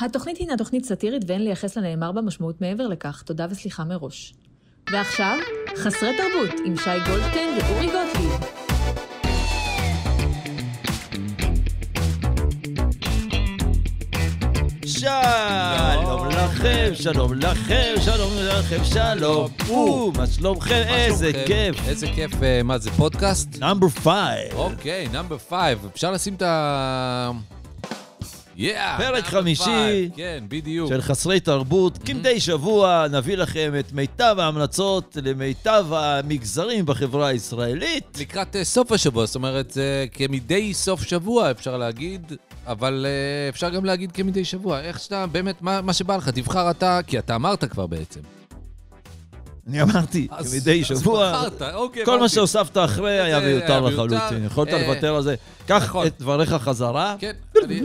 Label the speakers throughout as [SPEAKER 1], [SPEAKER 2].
[SPEAKER 1] התוכנית הינה תוכנית סאטירית ואין לייחס לנאמר בה משמעות מעבר לכך. תודה וסליחה מראש. ועכשיו, חסרי תרבות עם שי גולדשטיין ואורי גוטליב.
[SPEAKER 2] שלום לכם, שלום לכם, שלום לכם, שלום. או, מה שלומכם?
[SPEAKER 3] מה
[SPEAKER 2] איזה
[SPEAKER 3] שלומכם?
[SPEAKER 2] כיף.
[SPEAKER 3] אוקיי, איזה כיף, אה, מה זה, פודקאסט?
[SPEAKER 2] נאמבר פייב.
[SPEAKER 3] אוקיי, נאמבר פייב, אפשר לשים את ה... יאה,
[SPEAKER 2] פרק
[SPEAKER 3] number
[SPEAKER 2] חמישי.
[SPEAKER 3] five, כן, בדיוק.
[SPEAKER 2] של חסרי תרבות.
[SPEAKER 3] Mm-hmm.
[SPEAKER 2] כמדי שבוע נביא לכם את מיטב ההמלצות למיטב המגזרים בחברה הישראלית.
[SPEAKER 3] לקראת אה, סוף השבוע, זאת אומרת, זה כמדי סוף שבוע אפשר להגיד, אבל אה, אפשר גם להגיד כמדי שבוע. איך שאתה, באמת, מה מה שבא לך, תבחר אתה, כי אתה אמרת כבר בעצם.
[SPEAKER 2] אני אמרתי,
[SPEAKER 3] אז-
[SPEAKER 2] כמדי
[SPEAKER 3] אז
[SPEAKER 2] שבוע.
[SPEAKER 3] בחרת, אוקיי.
[SPEAKER 2] כל מה
[SPEAKER 3] אוקיי.
[SPEAKER 2] שהוספת אחרי היה
[SPEAKER 3] היה
[SPEAKER 2] מיותר
[SPEAKER 3] מיותר.
[SPEAKER 2] לחלוטין. יכולת
[SPEAKER 3] אה,
[SPEAKER 2] לוותר על זה. קח
[SPEAKER 3] נכון.
[SPEAKER 2] את דבריך חזרה.
[SPEAKER 3] כן, אני...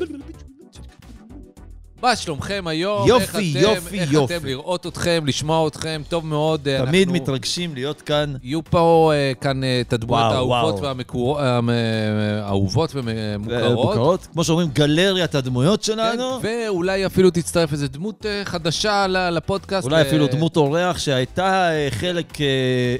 [SPEAKER 3] מה שלומכם היום?
[SPEAKER 2] יופי,
[SPEAKER 3] איך אתם,
[SPEAKER 2] יופי,
[SPEAKER 3] איך
[SPEAKER 2] יופי.
[SPEAKER 3] אתם לראות אתכם, לשמוע אתכם, טוב מאוד. אה,
[SPEAKER 2] תמיד
[SPEAKER 3] אנחנו-
[SPEAKER 2] מתרגשים להיות כאן.
[SPEAKER 3] יהיו פה אה, כאן אה, את הדמויות
[SPEAKER 2] וואו,
[SPEAKER 3] האהובות
[SPEAKER 2] וואו.
[SPEAKER 3] והמקור- אה, אה, האהובות ומוכרות.
[SPEAKER 2] מוכרות. כמו שאומרים, גלריית הדמויות שלנו.
[SPEAKER 3] כן, ואולי אפילו תצטרף איזו דמות אה, חדשה ל- לפודקאסט.
[SPEAKER 2] אולי
[SPEAKER 3] אה,
[SPEAKER 2] אפילו דמות אורח שהייתה אה, חלק אה,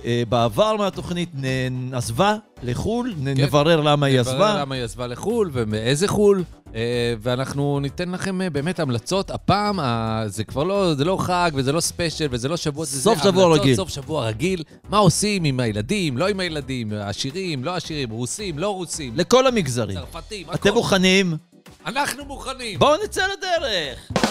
[SPEAKER 2] אה, בעבר מהתוכנית, נ- עזבה לחו"ל, נ-
[SPEAKER 3] כן.
[SPEAKER 2] נברר למה היא
[SPEAKER 3] נברר
[SPEAKER 2] עזבה.
[SPEAKER 3] למה היא עזבה לחו"ל ומאיזה חו"ל. אה, ואנחנו ניתן לכם אה, באמת המלצות. הפעם אה, זה כבר לא, זה לא חג וזה לא ספיישל וזה לא שבוע, זה
[SPEAKER 2] סוף
[SPEAKER 3] זה
[SPEAKER 2] שבוע
[SPEAKER 3] המלצות,
[SPEAKER 2] רגיל.
[SPEAKER 3] סוף שבוע רגיל. מה עושים עם הילדים, לא עם הילדים, עשירים, לא עשירים, רוסים, לא רוסים,
[SPEAKER 2] לכל המגזרים.
[SPEAKER 3] צרפתים,
[SPEAKER 2] אתם
[SPEAKER 3] הכל.
[SPEAKER 2] מוכנים?
[SPEAKER 3] אנחנו מוכנים.
[SPEAKER 2] בואו נצא לדרך!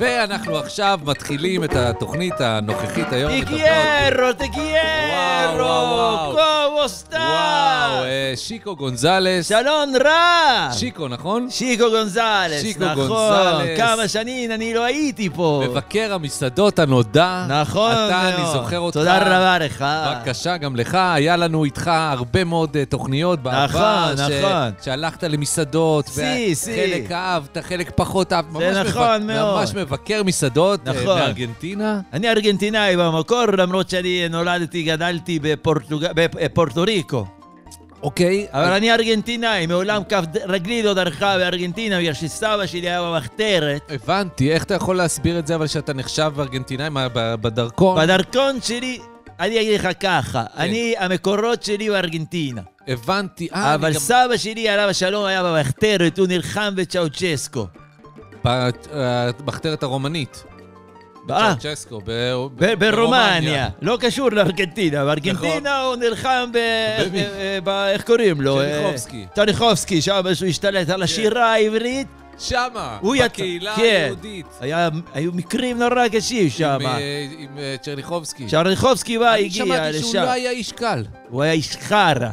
[SPEAKER 3] ואנחנו עכשיו מתחילים את התוכנית הנוכחית היום. את הפרק.
[SPEAKER 2] טיגיירו, טיגיירו,
[SPEAKER 3] וואו, וואו,
[SPEAKER 2] קומו סטאר!
[SPEAKER 3] וואו, אה, שיקו גונזלס.
[SPEAKER 2] שלום רע!
[SPEAKER 3] שיקו, נכון?
[SPEAKER 2] שיקו גונזלס,
[SPEAKER 3] שיקו
[SPEAKER 2] נכון,
[SPEAKER 3] גונזלס.
[SPEAKER 2] כמה שנים אני לא הייתי פה.
[SPEAKER 3] מבקר המסעדות הנודע.
[SPEAKER 2] נכון מאוד.
[SPEAKER 3] אתה, אני זוכר אותך.
[SPEAKER 2] תודה רבה לך.
[SPEAKER 3] בבקשה, גם לך, היה לנו איתך הרבה מאוד אה, תוכניות בעבר.
[SPEAKER 2] נכון, נכון.
[SPEAKER 3] שהלכת למסעדות.
[SPEAKER 2] סי, סי.
[SPEAKER 3] חלק אהבת, חלק פחות אהבת. ממש
[SPEAKER 2] זה נכון
[SPEAKER 3] מבק-
[SPEAKER 2] מאוד.
[SPEAKER 3] ממש מבקר מסעדות. אה,
[SPEAKER 2] נכון.
[SPEAKER 3] מארגנטינה.
[SPEAKER 2] אני ארגנטינאי במקור, למרות שאני נולדתי, גדלתי בפורטוג- בפורטו ריקו.
[SPEAKER 3] אוקיי.
[SPEAKER 2] אבל אני ארגנטינאי, מעולם כף ד- רגלי לא דרכה בארגנטינה, בגלל שסבא שלי היה במחתרת.
[SPEAKER 3] הבנתי, איך אתה יכול להסביר את זה, אבל שאתה נחשב ארגנטינאי מה, ב- בדרכון?
[SPEAKER 2] בדרכון שלי, אני אגיד לך ככה,
[SPEAKER 3] כן.
[SPEAKER 2] אני, המקורות שלי בארגנטינה.
[SPEAKER 3] הבנתי, אה,
[SPEAKER 2] אבל
[SPEAKER 3] אני גם...
[SPEAKER 2] סבא שלי, עליו השלום, היה במחתרת, הוא נלחם בצ'אוצ'סקו.
[SPEAKER 3] ב- אה, במחתרת הרומנית.
[SPEAKER 2] אה,
[SPEAKER 3] צ'אוצ'סקו, ב-
[SPEAKER 2] ב- ברומניה. לא קשור לארגנטינה, בארגנטינה
[SPEAKER 3] נכון.
[SPEAKER 2] הוא נלחם ב...
[SPEAKER 3] במי?
[SPEAKER 2] אה, ב- איך קוראים לו? אה,
[SPEAKER 3] טרניחובסקי.
[SPEAKER 2] טרניחובסקי, שם הוא השתלט על השירה העברית.
[SPEAKER 3] שמה,
[SPEAKER 2] הוא יצא-
[SPEAKER 3] כן. בקהילה
[SPEAKER 2] כן.
[SPEAKER 3] היהודית.
[SPEAKER 2] היה- היו מקרים נורא קשים שם.
[SPEAKER 3] עם, אה, עם אה, צ'רניחובסקי.
[SPEAKER 2] כשהרניחובסקי בא,
[SPEAKER 3] אני
[SPEAKER 2] הגיע לשם.
[SPEAKER 3] שמעתי שהוא לא היה איש קל.
[SPEAKER 2] הוא היה איש חרא.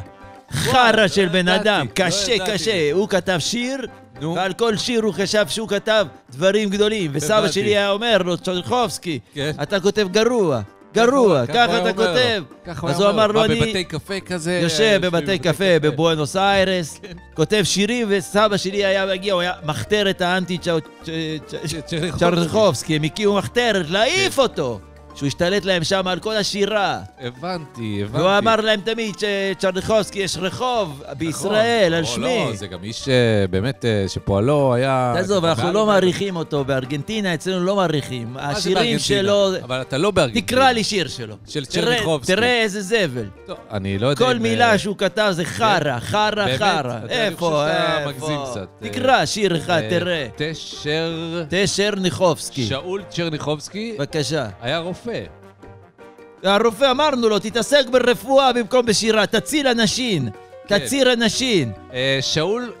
[SPEAKER 2] חרא
[SPEAKER 3] לא
[SPEAKER 2] של בן
[SPEAKER 3] ידעתי,
[SPEAKER 2] אדם,
[SPEAKER 3] לא
[SPEAKER 2] קשה,
[SPEAKER 3] ידעתי.
[SPEAKER 2] קשה. הוא כתב שיר,
[SPEAKER 3] נו.
[SPEAKER 2] ועל כל שיר הוא חשב שהוא כתב דברים גדולים. וסבא
[SPEAKER 3] הבנתי.
[SPEAKER 2] שלי היה אומר לו, צ'רניחובסקי,
[SPEAKER 3] כן.
[SPEAKER 2] אתה כותב גרוע, גרוע,
[SPEAKER 3] הוא
[SPEAKER 2] ככה
[SPEAKER 3] היה
[SPEAKER 2] אתה
[SPEAKER 3] אומר לו.
[SPEAKER 2] כותב.
[SPEAKER 3] ככה
[SPEAKER 2] אז
[SPEAKER 3] היה
[SPEAKER 2] הוא אמר לו,
[SPEAKER 3] מה,
[SPEAKER 2] אני
[SPEAKER 3] בבתי קפה כזה... אה,
[SPEAKER 2] יושב
[SPEAKER 3] יושבים
[SPEAKER 2] בבתי קפה בבואנוס איירס,
[SPEAKER 3] כן.
[SPEAKER 2] כותב שירים, וסבא שלי היה מגיע, הוא היה מחתרת האנטי צ'או- צ'- צ'-
[SPEAKER 3] צ'רניחובסקי.
[SPEAKER 2] צ'רניחובסקי, הם הקימו מחתרת,
[SPEAKER 3] כן.
[SPEAKER 2] להעיף אותו! שהוא השתלט להם שם על כל השירה.
[SPEAKER 3] הבנתי, נכון. הבנתי.
[SPEAKER 2] והוא אמר להם תמיד שצ'רניחובסקי יש רחוב בישראל על
[SPEAKER 3] נכון.
[SPEAKER 2] שמי.
[SPEAKER 3] לא, לא, זה גם איש אה, באמת אה, שפועלו היה...
[SPEAKER 2] תעזוב, אנחנו
[SPEAKER 3] בעל-
[SPEAKER 2] לא מעריכים אותו, בארגנטינה אצלנו לא מעריכים.
[SPEAKER 3] מה זה
[SPEAKER 2] השירים
[SPEAKER 3] בארגנטינה?
[SPEAKER 2] שלו...
[SPEAKER 3] אבל אתה לא בארגנטינה.
[SPEAKER 2] תקרא לי שיר שלו.
[SPEAKER 3] של
[SPEAKER 2] תראה-
[SPEAKER 3] צ'רניחובסקי.
[SPEAKER 2] תראה איזה זבל.
[SPEAKER 3] לא, אני לא יודע
[SPEAKER 2] כל
[SPEAKER 3] אם,
[SPEAKER 2] מילה
[SPEAKER 3] אה,
[SPEAKER 2] שהוא כתב זה חרא, חרא,
[SPEAKER 3] באמת?
[SPEAKER 2] חרא.
[SPEAKER 3] אתה- אני
[SPEAKER 2] איפה,
[SPEAKER 3] חושב שאתה מגזים
[SPEAKER 2] איפה?
[SPEAKER 3] קצת.
[SPEAKER 2] תקרא שיר אחד,
[SPEAKER 3] אה,
[SPEAKER 2] תראה.
[SPEAKER 3] תשר...
[SPEAKER 2] צ'רניחובסקי.
[SPEAKER 3] שאול צ'רניחובסקי
[SPEAKER 2] בבקשה.
[SPEAKER 3] היה רופא.
[SPEAKER 2] הרופא אמרנו לו, תתעסק ברפואה במקום בשירה, תציל אנשים.
[SPEAKER 3] כן.
[SPEAKER 2] תציל אנשים.
[SPEAKER 3] אה, שאול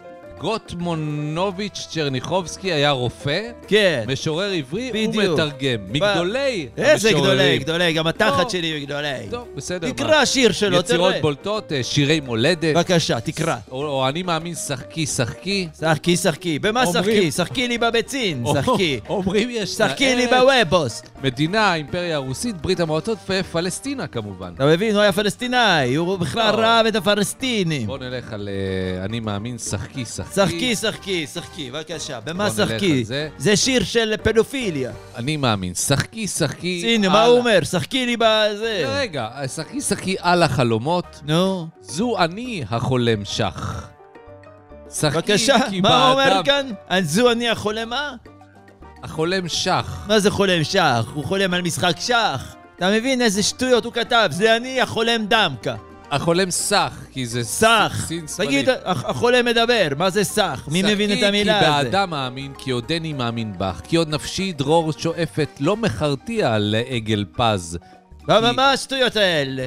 [SPEAKER 3] גוטמונוביץ' צ'רניחובסקי היה רופא,
[SPEAKER 2] כן.
[SPEAKER 3] משורר עברי
[SPEAKER 2] בדיוק.
[SPEAKER 3] ומתרגם. מגדולי
[SPEAKER 2] איזה גדולי,
[SPEAKER 3] המשוררים.
[SPEAKER 2] גדולי, גם התחת
[SPEAKER 3] לא.
[SPEAKER 2] שלי הוא גדולי.
[SPEAKER 3] טוב, בסדר.
[SPEAKER 2] תקרא שיר
[SPEAKER 3] מה?
[SPEAKER 2] שלו,
[SPEAKER 3] יצירות
[SPEAKER 2] תראה.
[SPEAKER 3] בולטות, אה, שירי מולדת.
[SPEAKER 2] בבקשה, תקרא.
[SPEAKER 3] או, או אני מאמין שחקי שחקי.
[SPEAKER 2] שחקי, שחקי. במה
[SPEAKER 3] אומרים-
[SPEAKER 2] שחקי? שחקי לי בביצים, שחקי.
[SPEAKER 3] או- אומרים יש
[SPEAKER 2] שחקי לי
[SPEAKER 3] לה- אה,
[SPEAKER 2] בוובוס.
[SPEAKER 3] מדינה, אימפריה הרוסית, ברית המועצות ופלסטינה כמובן.
[SPEAKER 2] אתה מבין, הוא היה פלסטיני, הוא בכלל
[SPEAKER 3] לא.
[SPEAKER 2] רב את הפלסטינים.
[SPEAKER 3] בוא נלך על אה, אני מאמין שחקי שחקי.
[SPEAKER 2] שחקי, שחקי, שחקי, בבקשה. במה
[SPEAKER 3] בוא נלך
[SPEAKER 2] שחקי?
[SPEAKER 3] על זה.
[SPEAKER 2] זה שיר של פדופיליה.
[SPEAKER 3] אני מאמין שחקי שחקי.
[SPEAKER 2] הנה,
[SPEAKER 3] על-
[SPEAKER 2] מה הוא אומר? שחקי לי בזה.
[SPEAKER 3] רגע, שחקי שחקי על החלומות,
[SPEAKER 2] נו.
[SPEAKER 3] זו אני החולם שח. שחקי
[SPEAKER 2] בבקשה,
[SPEAKER 3] כי
[SPEAKER 2] מה הוא אומר
[SPEAKER 3] באדם-
[SPEAKER 2] כאן? אז זו אני החולם מה?
[SPEAKER 3] החולם שח.
[SPEAKER 2] מה זה חולם שח? הוא חולם על משחק שח. אתה מבין איזה שטויות הוא כתב? זה אני החולם דמקה.
[SPEAKER 3] החולם סח, כי זה ס-
[SPEAKER 2] סח.
[SPEAKER 3] סין שמאלי.
[SPEAKER 2] תגיד, הח- החולם מדבר, מה זה סח? מי מבין את המילה
[SPEAKER 3] שחקי
[SPEAKER 2] הזאת?
[SPEAKER 3] כי באדם מאמין, כי עודני מאמין בך, כי עוד נפשי דרור שואפת, לא מחרתיה לעגל פז.
[SPEAKER 2] מה,
[SPEAKER 3] כי-
[SPEAKER 2] מה, מה השטויות האלה?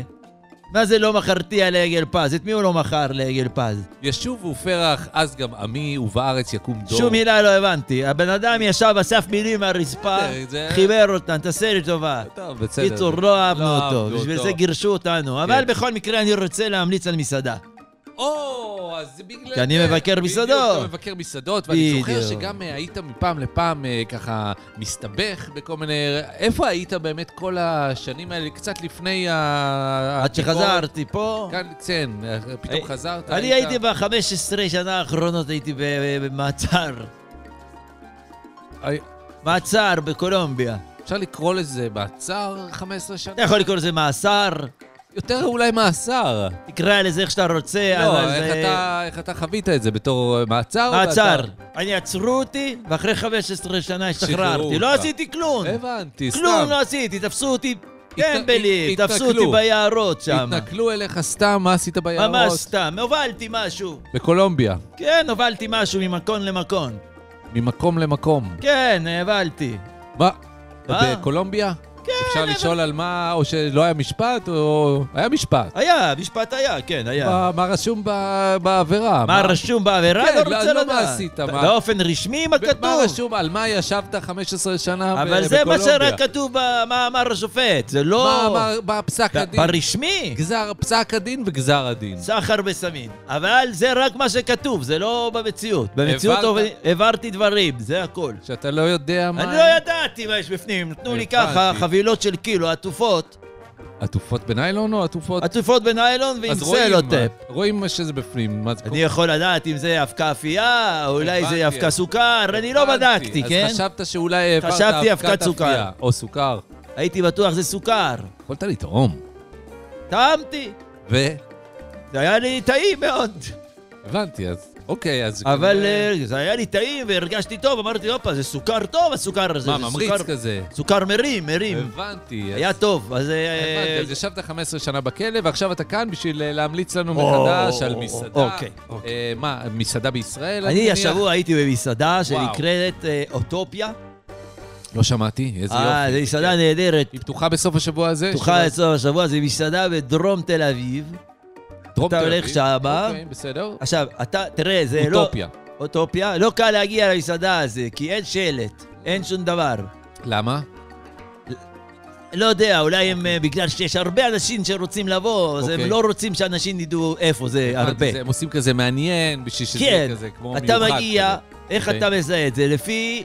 [SPEAKER 2] מה זה לא מכרתי על עגל פז? את מי הוא לא מכר לעגל פז?
[SPEAKER 3] ישובו פרח, אז גם עמי, ובארץ יקום דור.
[SPEAKER 2] שום מילה לא הבנתי. הבן אדם ישב, אסף מילים מהרצפה,
[SPEAKER 3] בסדר, זה-
[SPEAKER 2] חיבר אותן, תעשה לי טובה.
[SPEAKER 3] טוב, בסדר.
[SPEAKER 2] קיצור, לא אהבנו אותו,
[SPEAKER 3] אהבנו
[SPEAKER 2] בשביל
[SPEAKER 3] אותו. כן.
[SPEAKER 2] זה גירשו אותנו. אבל בכל מקרה אני רוצה להמליץ על מסעדה.
[SPEAKER 3] או, אז זה בגלל...
[SPEAKER 2] כי אני
[SPEAKER 3] זה.
[SPEAKER 2] מבקר
[SPEAKER 3] בדיוק,
[SPEAKER 2] מסעדות.
[SPEAKER 3] אתה מבקר מסעדות, ואני זוכר
[SPEAKER 2] בדיוק.
[SPEAKER 3] שגם אה, היית מפעם לפעם אה, ככה מסתבך בכל מיני... איפה היית באמת כל השנים האלה? קצת לפני ה...
[SPEAKER 2] עד שחזרתי פה.
[SPEAKER 3] כאן, כן, אה, פתאום
[SPEAKER 2] אה,
[SPEAKER 3] חזרת.
[SPEAKER 2] אני
[SPEAKER 3] היית-
[SPEAKER 2] הייתי ב-15 שנה האחרונות, הייתי ב- במעצר.
[SPEAKER 3] הי-
[SPEAKER 2] מעצר בקולומביה.
[SPEAKER 3] אה, אפשר לקרוא לזה מעצר 15 שנה?
[SPEAKER 2] אתה יכול לקרוא לזה מאסר,
[SPEAKER 3] יותר אולי מאסר.
[SPEAKER 2] תקרא לזה איך שאתה רוצה,
[SPEAKER 3] לא,
[SPEAKER 2] אבל
[SPEAKER 3] איך
[SPEAKER 2] זה-
[SPEAKER 3] אתה- איך אתה חווית את זה? בתור אה, מעצר? או
[SPEAKER 2] מעצר.
[SPEAKER 3] באתר?
[SPEAKER 2] אני עצרו אותי, ואחרי 15 שנה השתחררתי.
[SPEAKER 3] שחררו
[SPEAKER 2] לא
[SPEAKER 3] אותך.
[SPEAKER 2] עשיתי כלום.
[SPEAKER 3] הבנתי, סתם.
[SPEAKER 2] כלום לא עשיתי, תפסו אותי טמבלים,
[SPEAKER 3] הת-
[SPEAKER 2] תפסו אותי
[SPEAKER 3] התנכלו.
[SPEAKER 2] ביערות שם.
[SPEAKER 3] התנכלו אליך סתם, מה עשית ביערות?
[SPEAKER 2] ממש סתם, הובלתי משהו.
[SPEAKER 3] בקולומביה,
[SPEAKER 2] כן, הובלתי משהו ממקום למקום.
[SPEAKER 3] ממקום למקום.
[SPEAKER 2] כן, הובלתי.
[SPEAKER 3] מה?
[SPEAKER 2] מה?
[SPEAKER 3] בקולומביה? כן. אפשר לשאול על מה, או שלא היה משפט, או... היה משפט.
[SPEAKER 2] היה, משפט היה, כן, היה.
[SPEAKER 3] מה- מה רשום ב- בעבירה?
[SPEAKER 2] מה רשום בעבירה?
[SPEAKER 3] כן,
[SPEAKER 2] לא
[SPEAKER 3] לא-
[SPEAKER 2] רוצה
[SPEAKER 3] לא
[SPEAKER 2] לדעת.
[SPEAKER 3] מה עשית, מה-
[SPEAKER 2] באופן רשמי, מה
[SPEAKER 3] ב- מה
[SPEAKER 2] כתוב?
[SPEAKER 3] רשום? על מה ישבת 15 שנה ב-
[SPEAKER 2] אבל זה מה
[SPEAKER 3] בקולומביה?
[SPEAKER 2] שרק כתוב ב- מה אמר השופט, זה
[SPEAKER 3] מה
[SPEAKER 2] לא...
[SPEAKER 3] אמר בפסק
[SPEAKER 2] ב-
[SPEAKER 3] הדין?
[SPEAKER 2] ברשמי?
[SPEAKER 3] גזר, פסק הדין וגזר הדין.
[SPEAKER 2] סחר בסמים. אבל זה רק מה שכתוב, זה לא במציאות. במציאות
[SPEAKER 3] העברת-
[SPEAKER 2] עובד- העברתי דברים, זה הכל.
[SPEAKER 3] שאתה לא יודע מה...
[SPEAKER 2] אני לא ידעתי מה יש בפנים, נתנו לי
[SPEAKER 3] הבנתי.
[SPEAKER 2] ככה חבילות של קילו, עטופות,
[SPEAKER 3] עטופות בניילון או עטופות...
[SPEAKER 2] עטופות בניילון ועם
[SPEAKER 3] אז רואים,
[SPEAKER 2] סלוטאפ.
[SPEAKER 3] רואים מה שזה בפנים, מה זה
[SPEAKER 2] לא אני יכול לדעת אם זה אבקה אפייה, או אולי זה
[SPEAKER 3] הבנתי.
[SPEAKER 2] אבקה סוכר, אני לא
[SPEAKER 3] הבנתי.
[SPEAKER 2] בדקתי, כן?
[SPEAKER 3] אז חשבת שאולי העברת
[SPEAKER 2] חשבתי אבקת
[SPEAKER 3] אבקת
[SPEAKER 2] סוכר.
[SPEAKER 3] אפייה, או סוכר.
[SPEAKER 2] הייתי בטוח זה סוכר.
[SPEAKER 3] יכולת לטעום.
[SPEAKER 2] טעמתי,
[SPEAKER 3] ו...
[SPEAKER 2] זה היה לי טעים מאוד.
[SPEAKER 3] הבנתי, אז... אוקיי, אז...
[SPEAKER 2] אבל
[SPEAKER 3] כנראה-
[SPEAKER 2] אה, זה היה לי טעים והרגשתי טוב, אמרתי, הופה, זה סוכר טוב, הסוכר הזה.
[SPEAKER 3] מה,
[SPEAKER 2] זה
[SPEAKER 3] ממריץ
[SPEAKER 2] סוכר-
[SPEAKER 3] כזה?
[SPEAKER 2] סוכר מרים, מרים.
[SPEAKER 3] הבנתי. אז-
[SPEAKER 2] היה טוב, אז... אה,
[SPEAKER 3] הבנתי, אז ישבת 15 שנה בכלא, ועכשיו אתה כאן בשביל אה, להמליץ לנו
[SPEAKER 2] או,
[SPEAKER 3] מחדש על
[SPEAKER 2] או,
[SPEAKER 3] מסעדה.
[SPEAKER 2] אוקיי,
[SPEAKER 3] אה, מה, מסעדה בישראל?
[SPEAKER 2] אני
[SPEAKER 3] מניח?
[SPEAKER 2] השבוע הייתי במסעדה
[SPEAKER 3] וואו.
[SPEAKER 2] שנקראת אה, אוטופיה.
[SPEAKER 3] לא שמעתי, איזה
[SPEAKER 2] אה, זו
[SPEAKER 3] יופי. כן.
[SPEAKER 2] מסעדה נהדרת.
[SPEAKER 3] היא פתוחה בסוף השבוע הזה?
[SPEAKER 2] פתוחה
[SPEAKER 3] של-
[SPEAKER 2] אצלו השבוע, זו מסעדה בדרום תל אביב.
[SPEAKER 3] דרום
[SPEAKER 2] אתה
[SPEAKER 3] תל
[SPEAKER 2] הולך אה,
[SPEAKER 3] אביב.
[SPEAKER 2] שמה.
[SPEAKER 3] אוקיי, בסדר.
[SPEAKER 2] עכשיו, אתה, תראה, זה לא...
[SPEAKER 3] אוטופיה.
[SPEAKER 2] אוטופיה. לא קל להגיע למסעדה הזו, כי אין שלט, אין שום דבר.
[SPEAKER 3] למה?
[SPEAKER 2] לא יודע, אולי הם, אה, בגלל שיש הרבה אנשים שרוצים לבוא, אז הם
[SPEAKER 3] אוקיי.
[SPEAKER 2] לא רוצים שאנשים ידעו איפה זה הרבה.
[SPEAKER 3] אז הם עושים כזה מעניין, בשביל שזה
[SPEAKER 2] כן,
[SPEAKER 3] יהיה כזה כמו מיוחד.
[SPEAKER 2] אתה מגיע,
[SPEAKER 3] כזה.
[SPEAKER 2] איך
[SPEAKER 3] אוקיי.
[SPEAKER 2] אתה מזהה את זה? לפי...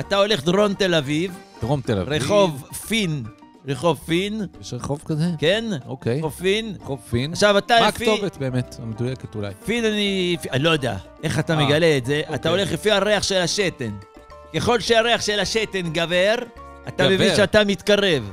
[SPEAKER 2] אתה הולך דרום תל אביב,
[SPEAKER 3] דרום תל אביב.
[SPEAKER 2] רחוב פין, רחוב פין,
[SPEAKER 3] יש רחוב כזה?
[SPEAKER 2] כן?
[SPEAKER 3] אוקיי.
[SPEAKER 2] רחוב פין.
[SPEAKER 3] רחוב פין.
[SPEAKER 2] עכשיו, אתה
[SPEAKER 3] מה
[SPEAKER 2] לפי...
[SPEAKER 3] הכתובת באמת, המדויקת אולי?
[SPEAKER 2] פין אני... אני לא יודע איך אתה
[SPEAKER 3] אה,
[SPEAKER 2] מגלה את זה. אתה
[SPEAKER 3] אוקיי.
[SPEAKER 2] הולך לפי הריח של השתן. ככל שהריח של השתן גבר, אתה
[SPEAKER 3] גבר.
[SPEAKER 2] מבין שאתה מתקרב.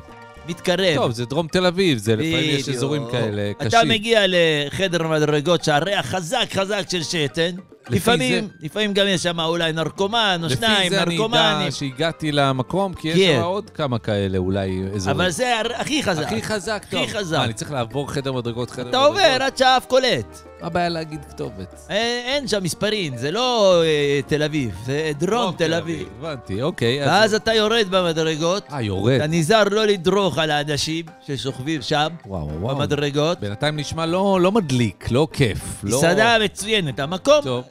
[SPEAKER 2] מתקרב.
[SPEAKER 3] טוב, זה דרום תל אביב, זה לפעמים יש
[SPEAKER 2] כן. בדיוק.
[SPEAKER 3] אזורים כאלה קשים.
[SPEAKER 2] אתה מגיע לחדר מדרגות שהריח חזק חזק של שתן.
[SPEAKER 3] לפי
[SPEAKER 2] לפעמים,
[SPEAKER 3] זה-
[SPEAKER 2] לפעמים גם יש שם אולי נרקומן או
[SPEAKER 3] לפי
[SPEAKER 2] שניים,
[SPEAKER 3] זה אני אדע
[SPEAKER 2] נרקומנים.
[SPEAKER 3] שהגעתי למקום, כי יש
[SPEAKER 2] כן.
[SPEAKER 3] שם עוד כמה כאלה אולי אזורים.
[SPEAKER 2] אבל זה הר- הכי חזק.
[SPEAKER 3] הכי חזק,
[SPEAKER 2] הכי
[SPEAKER 3] טוב.
[SPEAKER 2] חזק.
[SPEAKER 3] מה, אני צריך לעבור חדר מדרגות, חדר
[SPEAKER 2] אתה
[SPEAKER 3] מדרגות.
[SPEAKER 2] עובר אה? עד שהאף קולט.
[SPEAKER 3] מה הבעיה להגיד כתובת?
[SPEAKER 2] אין אין שם מספרים, זה לא אה, תל אביב, זה דרום
[SPEAKER 3] לא
[SPEAKER 2] תל אביב.
[SPEAKER 3] אוקיי, הבנתי, אוקיי. אז-
[SPEAKER 2] ואז אתה יורד במדרגות,
[SPEAKER 3] אה, יורד.
[SPEAKER 2] אתה נזהר לא לדרוך על האנשים ששוכבים שם,
[SPEAKER 3] וואו, וואו.
[SPEAKER 2] במדרגות.
[SPEAKER 3] בינתיים נשמע לא לא מדליק, לא כיף. לא-
[SPEAKER 2] מסעדה מצוינת, המקום,
[SPEAKER 3] טוב.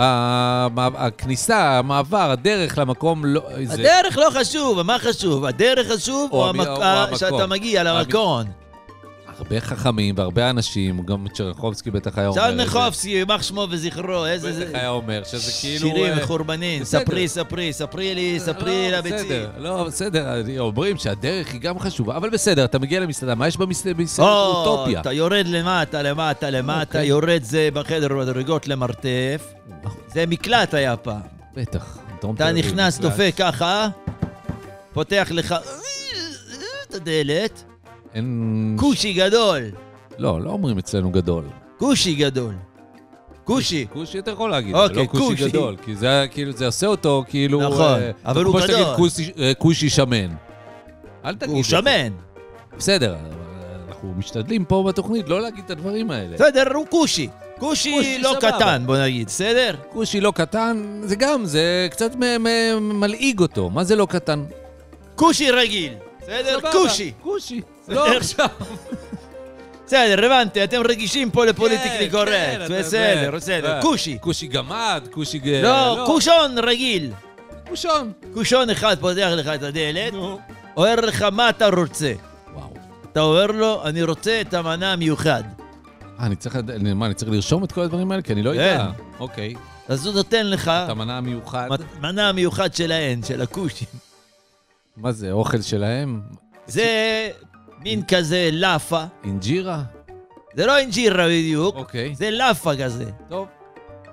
[SPEAKER 3] המע- הכניסה, המעבר, הדרך למקום, לא... זה-
[SPEAKER 2] הדרך לא חשוב, מה חשוב? הדרך חשוב
[SPEAKER 3] או
[SPEAKER 2] או
[SPEAKER 3] המ-
[SPEAKER 2] המק-
[SPEAKER 3] או
[SPEAKER 2] ה-
[SPEAKER 3] המקום. לא
[SPEAKER 2] שאתה מגיע למקום?
[SPEAKER 3] הרבה חכמים והרבה אנשים, גם צ'רניחובסקי בטח היה אומר את זה.
[SPEAKER 2] צ'רניחובסקי, יימח שמו וזכרו, איזה
[SPEAKER 3] בטח
[SPEAKER 2] זה...
[SPEAKER 3] היה אומר שזה כאילו...
[SPEAKER 2] שירים
[SPEAKER 3] אה,
[SPEAKER 2] מחורבנים,
[SPEAKER 3] בסדר.
[SPEAKER 2] ספרי, ספרי, ספרי לי, ספרי לי
[SPEAKER 3] לא,
[SPEAKER 2] לביצים.
[SPEAKER 3] בסדר, לא, בסדר, אני- אומרים שהדרך היא גם חשובה, אבל בסדר, אתה מגיע למסעדה, מה יש במסעדה?
[SPEAKER 2] או,
[SPEAKER 3] אוטופיה.
[SPEAKER 2] אתה יורד למטה, למטה, למטה,
[SPEAKER 3] אוקיי. לא.
[SPEAKER 2] יורד זה בחדר מדרגות למרתף. זה מקלט היה פעם.
[SPEAKER 3] בטח, דרום
[SPEAKER 2] אתה
[SPEAKER 3] תל אביב,
[SPEAKER 2] נכנס,
[SPEAKER 3] בכלל.
[SPEAKER 2] דופק ככה, פותח לך את הדלת,
[SPEAKER 3] אין...
[SPEAKER 2] כושי גדול,
[SPEAKER 3] לא, לא אומרים אצלנו גדול.
[SPEAKER 2] כושי גדול. כושי.
[SPEAKER 3] כושי אתה יכול להגיד,
[SPEAKER 2] אוקיי,
[SPEAKER 3] לא כושי
[SPEAKER 2] כושי.
[SPEAKER 3] גדול, כי זה היה כאילו, זה עושה אותו כאילו...
[SPEAKER 2] נכון,
[SPEAKER 3] אה,
[SPEAKER 2] אבל הוא
[SPEAKER 3] כמו שתגיד
[SPEAKER 2] גדול.
[SPEAKER 3] כושי- אה, כושי שמן. אל תגיד...
[SPEAKER 2] הוא
[SPEAKER 3] את זה.
[SPEAKER 2] שמן.
[SPEAKER 3] בסדר, אה, אנחנו משתדלים פה בתוכנית לא להגיד את הדברים האלה.
[SPEAKER 2] בסדר, הוא כושי. כושי
[SPEAKER 3] כושי,
[SPEAKER 2] לא
[SPEAKER 3] סבבה.
[SPEAKER 2] קטן, בוא נגיד, בסדר?
[SPEAKER 3] כושי לא קטן, זה גם, זה קצת מ- מ- מלעיג אותו. מה זה לא קטן?
[SPEAKER 2] כושי רגיל. בסדר?
[SPEAKER 3] סבבה,
[SPEAKER 2] כושי.
[SPEAKER 3] כושי.
[SPEAKER 2] Ehm,
[SPEAKER 3] לא עכשיו.
[SPEAKER 2] בסדר, הבנתי, אתם רגישים פה לפוליטיקלי
[SPEAKER 3] כן, כן,
[SPEAKER 2] קורקט.
[SPEAKER 3] אתה
[SPEAKER 2] בסדר,
[SPEAKER 3] יודע.
[SPEAKER 2] בסדר.
[SPEAKER 3] אה,
[SPEAKER 2] כושי.
[SPEAKER 3] כושי גמד, כושי... ג-
[SPEAKER 2] לא, כושון רגיל.
[SPEAKER 3] כושון.
[SPEAKER 2] כושון אחד פותח לך את הדלת,
[SPEAKER 3] נו.
[SPEAKER 2] אומר לך מה אתה רוצה.
[SPEAKER 3] וואו.
[SPEAKER 2] אתה אומר לו, אני רוצה את המנה המיוחד.
[SPEAKER 3] אה, אני צריך, לד- אני- מה, אני צריך לרשום את כל הדברים האלה? כי אני לא
[SPEAKER 2] כן.
[SPEAKER 3] יודע. אוקיי.
[SPEAKER 2] אז הוא נותן לך
[SPEAKER 3] את המנה המיוחד.
[SPEAKER 2] מנה המיוחד שלהן, של הכושים.
[SPEAKER 3] מה זה, אוכל שלהם?
[SPEAKER 2] זה מין כזה לאפה.
[SPEAKER 3] אינג'ירה?
[SPEAKER 2] זה לא אינג'ירה בדיוק,
[SPEAKER 3] אוקיי.
[SPEAKER 2] זה לאפה כזה.
[SPEAKER 3] טוב.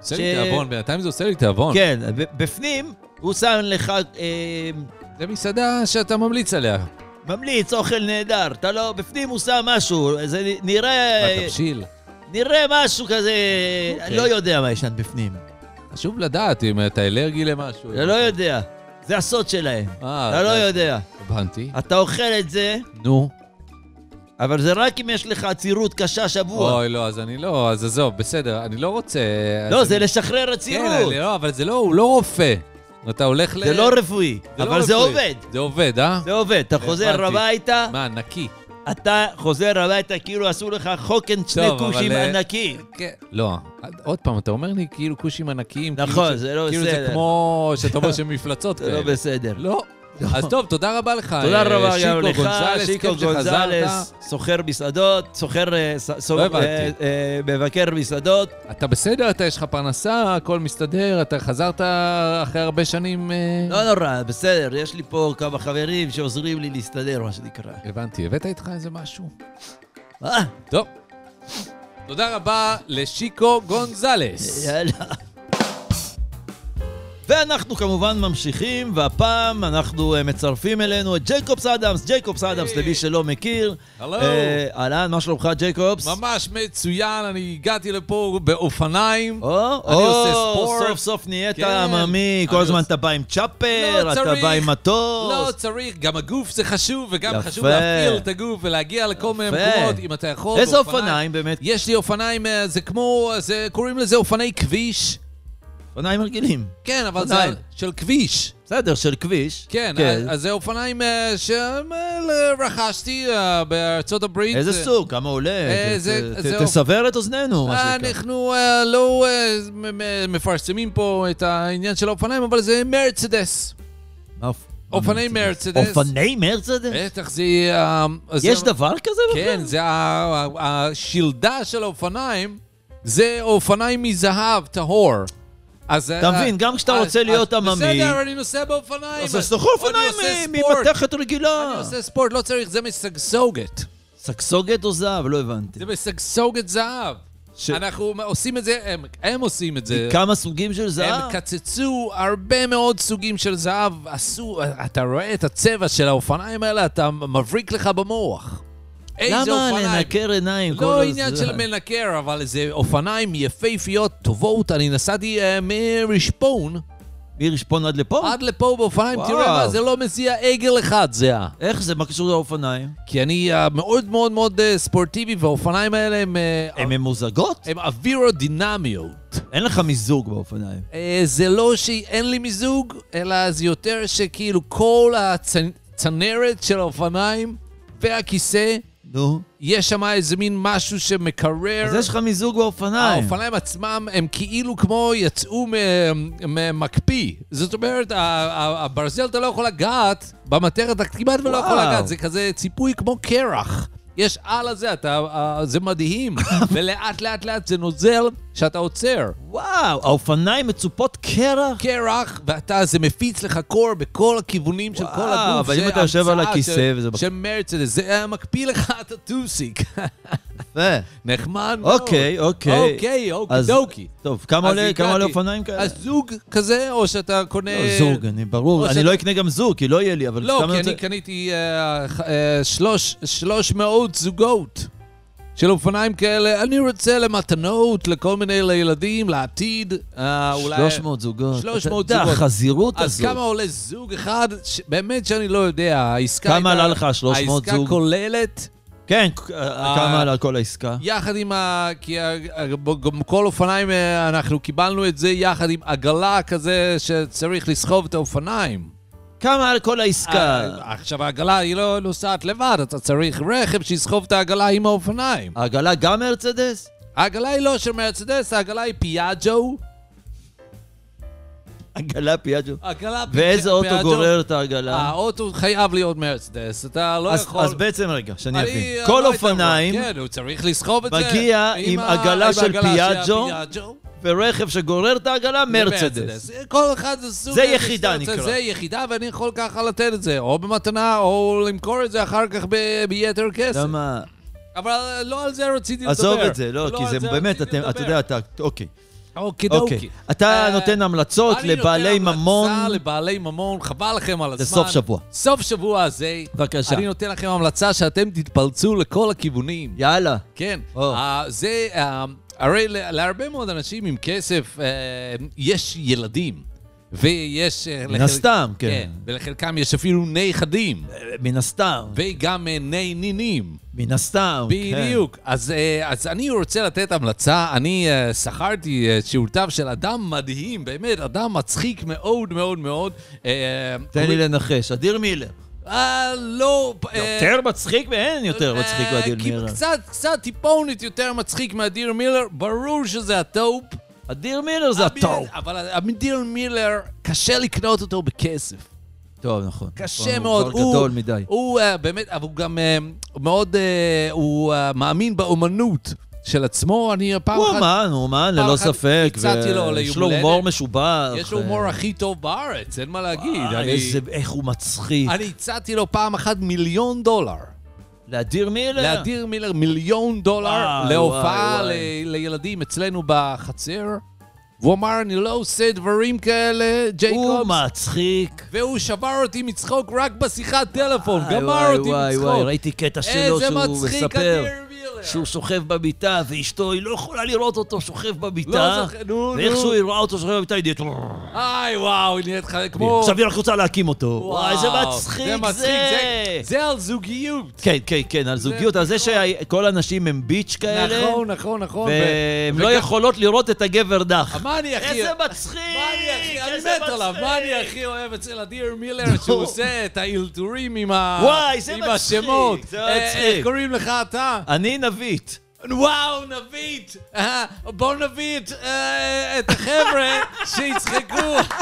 [SPEAKER 3] עושה
[SPEAKER 2] ש-
[SPEAKER 3] לי תיאבון, בינתיים זה עושה לי תיאבון.
[SPEAKER 2] כן, ב- בפנים הוא שם לך אה,
[SPEAKER 3] זה מסעדה שאתה ממליץ עליה.
[SPEAKER 2] ממליץ אוכל נהדר. אתה לא, בפנים הוא שם משהו, זה נ- נראה...
[SPEAKER 3] בתבשיל.
[SPEAKER 2] נראה משהו כזה, אני
[SPEAKER 3] אוקיי.
[SPEAKER 2] לא יודע מה ישן בפנים.
[SPEAKER 3] חשוב לדעת אם אתה אלרגי למשהו.
[SPEAKER 2] אתה לא יודע. זה הסוד שלהם.
[SPEAKER 3] אה,
[SPEAKER 2] אתה לא
[SPEAKER 3] אתה-
[SPEAKER 2] יודע.
[SPEAKER 3] הבנתי.
[SPEAKER 2] אתה אוכל את זה,
[SPEAKER 3] נו.
[SPEAKER 2] אבל זה רק אם יש לך עצירות קשה שבוע.
[SPEAKER 3] אוי, לא, אז אני לא, אז עזוב, בסדר, אני לא רוצה...
[SPEAKER 2] לא,
[SPEAKER 3] אז
[SPEAKER 2] זה
[SPEAKER 3] אני-
[SPEAKER 2] לשחרר
[SPEAKER 3] כן,
[SPEAKER 2] עצירות.
[SPEAKER 3] אני- לא, אבל זה לא, הוא לא רופא. אתה הולך ל...
[SPEAKER 2] זה לא רפואי,
[SPEAKER 3] לא
[SPEAKER 2] אבל זה
[SPEAKER 3] רפואי.
[SPEAKER 2] עובד.
[SPEAKER 3] זה עובד, אה?
[SPEAKER 2] זה עובד. אתה חוזר
[SPEAKER 3] הבנתי.
[SPEAKER 2] הביתה,
[SPEAKER 3] מה, נקי.
[SPEAKER 2] אתה חוזר הביתה כאילו עשו לך חוקן שני
[SPEAKER 3] טוב, אבל,
[SPEAKER 2] כושים
[SPEAKER 3] אה,
[SPEAKER 2] ענקי.
[SPEAKER 3] כן. לא, עוד פעם, אתה אומר לי כאילו כושים ענקיים. כאילו
[SPEAKER 2] נכון,
[SPEAKER 3] ש-
[SPEAKER 2] זה לא
[SPEAKER 3] כאילו
[SPEAKER 2] בסדר.
[SPEAKER 3] זה כמו שאתה אומר שהם מפלצות
[SPEAKER 2] זה
[SPEAKER 3] כאלה.
[SPEAKER 2] לא בסדר.
[SPEAKER 3] לא. אז טוב, תודה רבה לך.
[SPEAKER 2] תודה
[SPEAKER 3] אה,
[SPEAKER 2] רבה גם לך,
[SPEAKER 3] גונזלס,
[SPEAKER 2] שיקו
[SPEAKER 3] כיף שחזרת.
[SPEAKER 2] גונזלס, סוחר מסעדות, סוחר, אה, ס- סו-
[SPEAKER 3] לא הבנתי.
[SPEAKER 2] אה, אה, מבקר מסעדות.
[SPEAKER 3] אתה בסדר, אתה יש לך פרנסה, הכל מסתדר, אתה חזרת אחרי הרבה שנים... אה,
[SPEAKER 2] לא נורא, בסדר, יש לי פה כמה חברים שעוזרים לי להסתדר, מה שנקרא.
[SPEAKER 3] הבנתי, הבאת איתך איזה משהו?
[SPEAKER 2] אה,
[SPEAKER 3] טוב. תודה רבה לשיקו גונזלס.
[SPEAKER 2] יאללה. ואנחנו כמובן ממשיכים, והפעם אנחנו אה, מצרפים אלינו את ג'ייקובס אדמס. ג'ייקובס אדמס, למי שלא מכיר.
[SPEAKER 3] הלו.
[SPEAKER 2] אה, אהלן, מה שלומך, ג'ייקובס?
[SPEAKER 3] ממש מצוין, אני הגעתי לפה באופניים.
[SPEAKER 2] או,
[SPEAKER 3] אני עושה
[SPEAKER 2] או,
[SPEAKER 3] ספורט.
[SPEAKER 2] סוף סוף נהיית
[SPEAKER 3] כן.
[SPEAKER 2] עממי, כל
[SPEAKER 3] אני
[SPEAKER 2] הזמן
[SPEAKER 3] עוש-
[SPEAKER 2] אתה בא עם צ'אפר,
[SPEAKER 3] לא
[SPEAKER 2] אתה
[SPEAKER 3] צריך.
[SPEAKER 2] בא עם
[SPEAKER 3] לא
[SPEAKER 2] מטוס.
[SPEAKER 3] צריך, גם הגוף זה חשוב, וגם
[SPEAKER 2] יפה.
[SPEAKER 3] חשוב להפעיל את הגוף ולהגיע לכל מיני
[SPEAKER 2] יפה.
[SPEAKER 3] מקומות, אם אתה יכול.
[SPEAKER 2] איזה
[SPEAKER 3] באופניים.
[SPEAKER 2] אופניים באמת?
[SPEAKER 3] יש לי אופניים, אה, זה כמו, זה, קוראים לזה אופני כביש.
[SPEAKER 2] אופניים רגילים.
[SPEAKER 3] כן, אבל זה
[SPEAKER 2] אופניים.
[SPEAKER 3] של כביש.
[SPEAKER 2] בסדר, של כביש.
[SPEAKER 3] כן, אז- אז זה אופניים אה, שרכשתי אה, בארצות הברית.
[SPEAKER 2] איזה
[SPEAKER 3] אה,
[SPEAKER 2] סוג? כמה עולה?
[SPEAKER 3] אה,
[SPEAKER 2] ת-
[SPEAKER 3] זה-
[SPEAKER 2] ת-
[SPEAKER 3] זה-
[SPEAKER 2] תסבר את אוזנינו, מה שנקרא.
[SPEAKER 3] אנחנו אה, לא אה, מ- מ- מפרסמים פה את העניין של האופניים, אבל זה מרצדס.
[SPEAKER 2] אופ-
[SPEAKER 3] אופני מרצדס.
[SPEAKER 2] אופני מרצדס?
[SPEAKER 3] בטח זה... אה, זה-
[SPEAKER 2] יש דבר כזה בכלל?
[SPEAKER 3] כן, זה ה- ה- השלדה של האופניים, זה אופניים מזהב טהור. אז...
[SPEAKER 2] אתה מבין, גם כשאתה רוצה להיות עממי-
[SPEAKER 3] בסדר, אני נוסע באופניים.
[SPEAKER 2] אז תסלחו
[SPEAKER 3] אני
[SPEAKER 2] אופניים אה,
[SPEAKER 3] עושה
[SPEAKER 2] מ-
[SPEAKER 3] ספורט.
[SPEAKER 2] ממתכת
[SPEAKER 3] אני
[SPEAKER 2] רגילה.
[SPEAKER 3] עושה ספורט, לא צריך, זה מסגסוגת.
[SPEAKER 2] סגסוגת או זהב? לא הבנתי.
[SPEAKER 3] זה מסגסוגת זהב.
[SPEAKER 2] ש-
[SPEAKER 3] אנחנו עושים את זה, הם- הם עושים את זה.
[SPEAKER 2] כמה סוגים של
[SPEAKER 3] הם
[SPEAKER 2] זהב?
[SPEAKER 3] קצצו הרבה מאוד סוגים של זהב, עשו, אתה רואה את הצבע של האופניים האלה, אתה מבריק לך במוח. איזה
[SPEAKER 2] למה
[SPEAKER 3] אופניים?
[SPEAKER 2] לנקר עיניים כל
[SPEAKER 3] לא
[SPEAKER 2] הזמן?
[SPEAKER 3] עניין של מנקר, אבל זה אופניים יפהפיות, טובות. אני נסעתי אה, מרשפון
[SPEAKER 2] מרשפון עד לפה?
[SPEAKER 3] עד לפה באופניים,
[SPEAKER 2] וואו.
[SPEAKER 3] תראה מה, זה לא מזיע עגל אחד, זה ה...
[SPEAKER 2] איך זה? מה קשור לאופניים?
[SPEAKER 3] כי אני אה, מאוד מאוד מאוד אה, ספורטיבי, והאופניים האלה הם... אה,
[SPEAKER 2] הן ממוזגות?
[SPEAKER 3] הם אווירודינמיות.
[SPEAKER 2] אין לך מיזוג באופניים.
[SPEAKER 3] אה, זה לא שאין לי מיזוג, אלא זה יותר שכאילו כל הצנרת של האופניים והכיסא,
[SPEAKER 2] נו.
[SPEAKER 3] יש שם איזה מין משהו שמקרר.
[SPEAKER 2] אז יש לך מיזוג באופניים.
[SPEAKER 3] האופניים עצמם הם כאילו כמו יצאו מ- ממקפיא. זאת אומרת, ה- ה- הברזל אתה לא יכול לגעת, במטרת אתה כמעט ולא יכול
[SPEAKER 2] וואו.
[SPEAKER 3] לגעת, זה כזה ציפוי כמו קרח. יש על הזה, אתה, אה, זה מדהים, ולאט לאט לאט זה נוזל שאתה עוצר.
[SPEAKER 2] וואו, האופניים מצופות קרח?
[SPEAKER 3] קרח, ואתה, זה מפיץ לך קור בכל הכיוונים של כל
[SPEAKER 2] וואו,
[SPEAKER 3] הגוף.
[SPEAKER 2] אבל אם
[SPEAKER 3] זה
[SPEAKER 2] אתה יושב על
[SPEAKER 3] המצאה
[SPEAKER 2] הכיסא
[SPEAKER 3] של-
[SPEAKER 2] וזה בק-
[SPEAKER 3] של מרצדס, זה היה מקפיא לך את הטוסיק.
[SPEAKER 2] יפה.
[SPEAKER 3] נחמד מאוד.
[SPEAKER 2] אוקיי, אוקיי.
[SPEAKER 3] אוקיי, אוקי
[SPEAKER 2] אז-
[SPEAKER 3] דוקי.
[SPEAKER 2] טוב, כמה
[SPEAKER 3] אז
[SPEAKER 2] עולה כמה
[SPEAKER 3] הגעתי.
[SPEAKER 2] עולה אופניים כאלה?
[SPEAKER 3] אז זוג כזה, או שאתה קונה...
[SPEAKER 2] לא, זוג, אני ברור.
[SPEAKER 3] או
[SPEAKER 2] אני
[SPEAKER 3] שאתה-
[SPEAKER 2] לא אקנה גם זוג, כי לא יהיה לי, אבל
[SPEAKER 3] לא,
[SPEAKER 2] סתם
[SPEAKER 3] כי
[SPEAKER 2] רוצה-
[SPEAKER 3] אני קניתי אה, ח- אה, שלוש- 300 זוגות. של אופניים כאלה, אני רוצה למתנות לכל מיני לילדים, לעתיד, אה, אולי...
[SPEAKER 2] 300 זוגות.
[SPEAKER 3] 300
[SPEAKER 2] אתה יודע,
[SPEAKER 3] זוגות.
[SPEAKER 2] החזירות
[SPEAKER 3] אז
[SPEAKER 2] הזאת.
[SPEAKER 3] כמה עולה זוג אחד? ש... באמת שאני לא יודע, העסקה...
[SPEAKER 2] כמה
[SPEAKER 3] הייתה-
[SPEAKER 2] עלה לך 300 זוג?
[SPEAKER 3] העסקה כוללת,
[SPEAKER 2] כן,
[SPEAKER 3] אה,
[SPEAKER 2] כמה עלה כל העסקה?
[SPEAKER 3] יחד עם ה... כי ה... גם כל אופניים, אה, אנחנו קיבלנו את זה יחד עם עגלה כזה שצריך לסחוב את האופניים.
[SPEAKER 2] כמה על כל העסקה?
[SPEAKER 3] אה, עכשיו, העגלה היא לא נוסעת לבד, אתה צריך רכב שיסחוב את העגלה עם האופניים.
[SPEAKER 2] העגלה גם מרצדס?
[SPEAKER 3] העגלה היא לא של מרצדס, העגלה היא פיאג'ו.
[SPEAKER 2] עגלה פיאג'ו.
[SPEAKER 3] עגלה פי-
[SPEAKER 2] ואיזה אוטו
[SPEAKER 3] אה, פיאג'ו. אה,
[SPEAKER 2] גורר את העגלה?
[SPEAKER 3] האוטו חייב להיות מרצדס, אתה לא
[SPEAKER 2] אז-
[SPEAKER 3] יכול...
[SPEAKER 2] אז בעצם רגע, שאני
[SPEAKER 3] אני-
[SPEAKER 2] אבין.
[SPEAKER 3] לא
[SPEAKER 2] כל
[SPEAKER 3] הייתי
[SPEAKER 2] אופניים
[SPEAKER 3] אומר, כן, הוא צריך לסחוב את זה.
[SPEAKER 2] מגיע עם
[SPEAKER 3] ה-
[SPEAKER 2] עגלה
[SPEAKER 3] עם
[SPEAKER 2] של פיאג'ו.
[SPEAKER 3] פיאג'ו.
[SPEAKER 2] ורכב שגורר את העגלה, מרצדס.
[SPEAKER 3] כן. מרצדס. כל אחד זה סוג...
[SPEAKER 2] זה
[SPEAKER 3] איזה
[SPEAKER 2] יחידה
[SPEAKER 3] שאתה רוצה,
[SPEAKER 2] נקרא.
[SPEAKER 3] זה יחידה, ואני יכול ככה לתת את זה, או במתנה, או למכור את זה אחר כך ב- ביתר כסף.
[SPEAKER 2] למה?
[SPEAKER 3] אבל לא על זה רציתי לדבר.
[SPEAKER 2] עזוב את זה, לא,
[SPEAKER 3] לא
[SPEAKER 2] כי
[SPEAKER 3] על
[SPEAKER 2] זה באמת,
[SPEAKER 3] רציתי
[SPEAKER 2] אתם- אתה
[SPEAKER 3] לדבר.
[SPEAKER 2] יודע, אתה... אוקיי.
[SPEAKER 3] אוקי
[SPEAKER 2] אוקיי.
[SPEAKER 3] דוקי.
[SPEAKER 2] אתה
[SPEAKER 3] אה,
[SPEAKER 2] נותן המלצות
[SPEAKER 3] אני
[SPEAKER 2] לבעלי
[SPEAKER 3] נותן
[SPEAKER 2] ממון.
[SPEAKER 3] המלצה לבעלי ממון, חבל לכם על הזמן.
[SPEAKER 2] לסוף שבוע.
[SPEAKER 3] סוף שבוע הזה.
[SPEAKER 2] בבקשה.
[SPEAKER 3] אני נותן לכם המלצה שאתם תתפלצו לכל הכיוונים.
[SPEAKER 2] יאללה.
[SPEAKER 3] כן.
[SPEAKER 2] או.
[SPEAKER 3] אה, זה, אה, הרי ל- להרבה מאוד אנשים עם כסף אה, יש ילדים. ויש... אה,
[SPEAKER 2] מן
[SPEAKER 3] לחלק-
[SPEAKER 2] הסתם, כן.
[SPEAKER 3] ולחלקם יש אפילו נכדים.
[SPEAKER 2] מן הסתם.
[SPEAKER 3] וגם אה, נינים.
[SPEAKER 2] מן הסתם. כן.
[SPEAKER 3] בדיוק. אז, אה, אז אני רוצה לתת המלצה. אני אה, שכרתי את שירותיו של אדם מדהים, באמת, אדם מצחיק מאוד מאוד מאוד. אה,
[SPEAKER 2] תן לי
[SPEAKER 3] קוראים-
[SPEAKER 2] לנחש, אדיר מילר.
[SPEAKER 3] אה, לא... אה,
[SPEAKER 2] יותר מצחיק ואין יותר מצחיק
[SPEAKER 3] אה,
[SPEAKER 2] מאדיר
[SPEAKER 3] כי
[SPEAKER 2] מילר.
[SPEAKER 3] קצת, קצת טיפונת יותר מצחיק מאדיר מילר, ברור שזה הטופ.
[SPEAKER 2] אדיר מילר זה
[SPEAKER 3] אדיר-
[SPEAKER 2] הטוב.
[SPEAKER 3] אבל אדיר מילר, קשה לקנות אותו בכסף.
[SPEAKER 2] טוב, נכון.
[SPEAKER 3] קשה
[SPEAKER 2] נכון,
[SPEAKER 3] מאוד.
[SPEAKER 2] הוא כבר גדול מדי.
[SPEAKER 3] הוא אה, באמת, אבל הוא גם אה, מאוד, אה, הוא אה, מאמין באומנות של עצמו. אני פעם
[SPEAKER 2] הוא
[SPEAKER 3] אחת...
[SPEAKER 2] אומן, הוא אומן,
[SPEAKER 3] פעם
[SPEAKER 2] ללא
[SPEAKER 3] אחת
[SPEAKER 2] ספק.
[SPEAKER 3] הצעתי לו
[SPEAKER 2] ו-
[SPEAKER 3] ליום
[SPEAKER 2] יש לו
[SPEAKER 3] הולדת.
[SPEAKER 2] הומור משובח.
[SPEAKER 3] יש לו הומור הכי טוב בארץ, אין מה להגיד. אני-
[SPEAKER 2] אה, איזה, איך הוא מצחיק.
[SPEAKER 3] אני הצעתי לו פעם אחת מיליון דולר.
[SPEAKER 2] לאדיר מילר?
[SPEAKER 3] לאדיר מילר מיליון דולר
[SPEAKER 2] כן. וואי,
[SPEAKER 3] להופעה
[SPEAKER 2] וואי,
[SPEAKER 3] ל- לילדים אצלנו בחצר. והוא אמר, אני לא עושה דברים כאלה,
[SPEAKER 2] הוא
[SPEAKER 3] ג'ייקובס.
[SPEAKER 2] מצחיק.
[SPEAKER 3] והוא שבר אותי מצחוק רק בשיחת טלפון,
[SPEAKER 2] וואי,
[SPEAKER 3] גמר
[SPEAKER 2] וואי,
[SPEAKER 3] אותי
[SPEAKER 2] וואי,
[SPEAKER 3] מצחוק.
[SPEAKER 2] וואי, ראיתי קטע שלו
[SPEAKER 3] איזה
[SPEAKER 2] שהוא
[SPEAKER 3] מצחיק
[SPEAKER 2] מספר.
[SPEAKER 3] אדיר מילר.
[SPEAKER 2] שהוא שוכב במיטה, ואשתו, היא לא יכולה לראות אותו שוכב במיטה.
[SPEAKER 3] לא זוכר, נו,
[SPEAKER 2] ואיכשהו
[SPEAKER 3] נו.
[SPEAKER 2] היא רואה אותו שוכב במיטה, היא נהיית...
[SPEAKER 3] איי, וואו, היא נהיית לך כמו...
[SPEAKER 2] עכשיו היא רק רוצה להקים אותו.
[SPEAKER 3] וואו,
[SPEAKER 2] וואי, איזה מצחיק
[SPEAKER 3] זה-
[SPEAKER 2] זה.
[SPEAKER 3] זה על זוגיות.
[SPEAKER 2] כן, כן, כן, על זוגיות, על זה שכל הנשים הם ביץ' כאלה.
[SPEAKER 3] נכון, נכון, נכון.
[SPEAKER 2] והן
[SPEAKER 3] ו-
[SPEAKER 2] כן. לא
[SPEAKER 3] וגם-
[SPEAKER 2] יכולות לראות את הגבר דח.
[SPEAKER 3] מה אני הכי...
[SPEAKER 2] איזה מצחיק!
[SPEAKER 3] מה אני הכי... אני
[SPEAKER 2] איזה
[SPEAKER 3] מת עליו,
[SPEAKER 2] אה, מצחיק!
[SPEAKER 3] מה אני הכי אוהב אצל אדיר מילר, שהוא עושה את האלתורים עם ה...
[SPEAKER 2] וואי, זה
[SPEAKER 3] עם
[SPEAKER 2] מצחיק,
[SPEAKER 3] השמות.
[SPEAKER 2] זה
[SPEAKER 3] אה,
[SPEAKER 2] מצחיק.
[SPEAKER 3] איך קוראים לך אתה?
[SPEAKER 2] אני נבית.
[SPEAKER 3] וואו, נביט! אה, בוא נביט אה, את החבר'ה שיצחקו.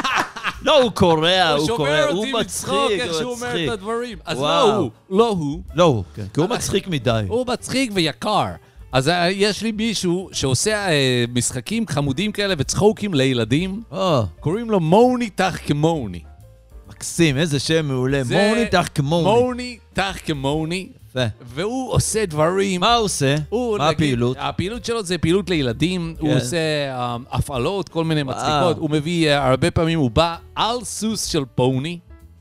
[SPEAKER 2] לא, הוא קורע, הוא קורע,
[SPEAKER 3] שובר
[SPEAKER 2] הוא
[SPEAKER 3] אותי
[SPEAKER 2] מצחיק,
[SPEAKER 3] מצחוק איך שהוא
[SPEAKER 2] הוא
[SPEAKER 3] אומר
[SPEAKER 2] מצחיק.
[SPEAKER 3] את הדברים. אז
[SPEAKER 2] וואו.
[SPEAKER 3] לא הוא, לא הוא.
[SPEAKER 2] לא, הוא, כן, כי הוא מצחיק מדי.
[SPEAKER 3] הוא מצחיק ויקר. אז אה, יש לי מישהו שעושה אה, משחקים חמודים כאלה וצחוקים לילדים,
[SPEAKER 2] אה,
[SPEAKER 3] קוראים לו מוני תח כמוני.
[SPEAKER 2] מקסים, איזה שם מעולה.
[SPEAKER 3] זה
[SPEAKER 2] מורני תח כמורני.
[SPEAKER 3] מוני תח כמוני,
[SPEAKER 2] יפה.
[SPEAKER 3] והוא עושה דברים...
[SPEAKER 2] מה הוא עושה?
[SPEAKER 3] הוא,
[SPEAKER 2] מה
[SPEAKER 3] נגיד,
[SPEAKER 2] הפעילות?
[SPEAKER 3] הפעילות שלו זה פעילות לילדים, הוא
[SPEAKER 2] כן.
[SPEAKER 3] עושה אה, הפעלות, כל מיני מצחיקות,
[SPEAKER 2] וואו.
[SPEAKER 3] הוא מביא, אה, הרבה פעמים הוא בא על סוס של פוני.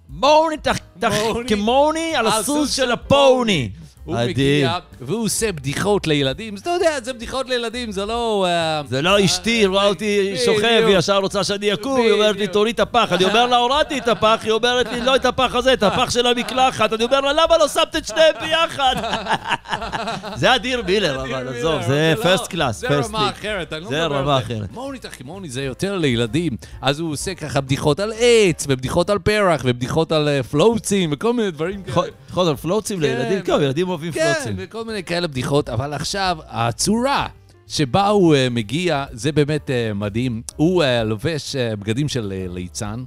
[SPEAKER 2] מורני תח תח
[SPEAKER 3] מורני.
[SPEAKER 2] כמורני על הסוס של הפוני.
[SPEAKER 3] הוא
[SPEAKER 2] אדיר.
[SPEAKER 3] מגיע, והוא עושה בדיחות לילדים. אז אתה יודע, זה בדיחות לילדים, זה לא... אה,
[SPEAKER 2] זה לא אשתי, רואה אותי
[SPEAKER 3] בדיוק.
[SPEAKER 2] שוכב, היא ישר רוצה שאני אקום, היא אומרת לי,
[SPEAKER 3] בדיוק.
[SPEAKER 2] תוריד את הפח. אני אומר לה, הורדתי את הפח, היא אומרת לי, לא את הפח הזה, את הפח של המקלחת. אני אומר לה, למה לא שמת את שניהם ביחד? זה אדיר מילר, אבל עזוב, זה
[SPEAKER 3] לא-
[SPEAKER 2] פרסט קלאס,
[SPEAKER 3] זה
[SPEAKER 2] פרסט
[SPEAKER 3] רמה
[SPEAKER 2] ליג.
[SPEAKER 3] אחרת, אני לא
[SPEAKER 2] זה
[SPEAKER 3] מדבר על
[SPEAKER 2] רמה אחרת.
[SPEAKER 3] מוני תחימוני זה יותר לילדים, אז הוא עושה ככה בדיחות על עץ, ובדיחות על פרח, ובדיחות על אה, פלואוצים, וכל מיני דברים כאלה.
[SPEAKER 2] בכל זאת, פלוצים
[SPEAKER 3] כן.
[SPEAKER 2] לילדים? כן, ילדים אוהבים
[SPEAKER 3] כן,
[SPEAKER 2] פלוצים.
[SPEAKER 3] וכל מיני כאלה בדיחות, אבל עכשיו, הצורה שבה הוא אה, מגיע, זה באמת אה, מדהים. הוא אה, לובש אה, בגדים של אה, ליצן.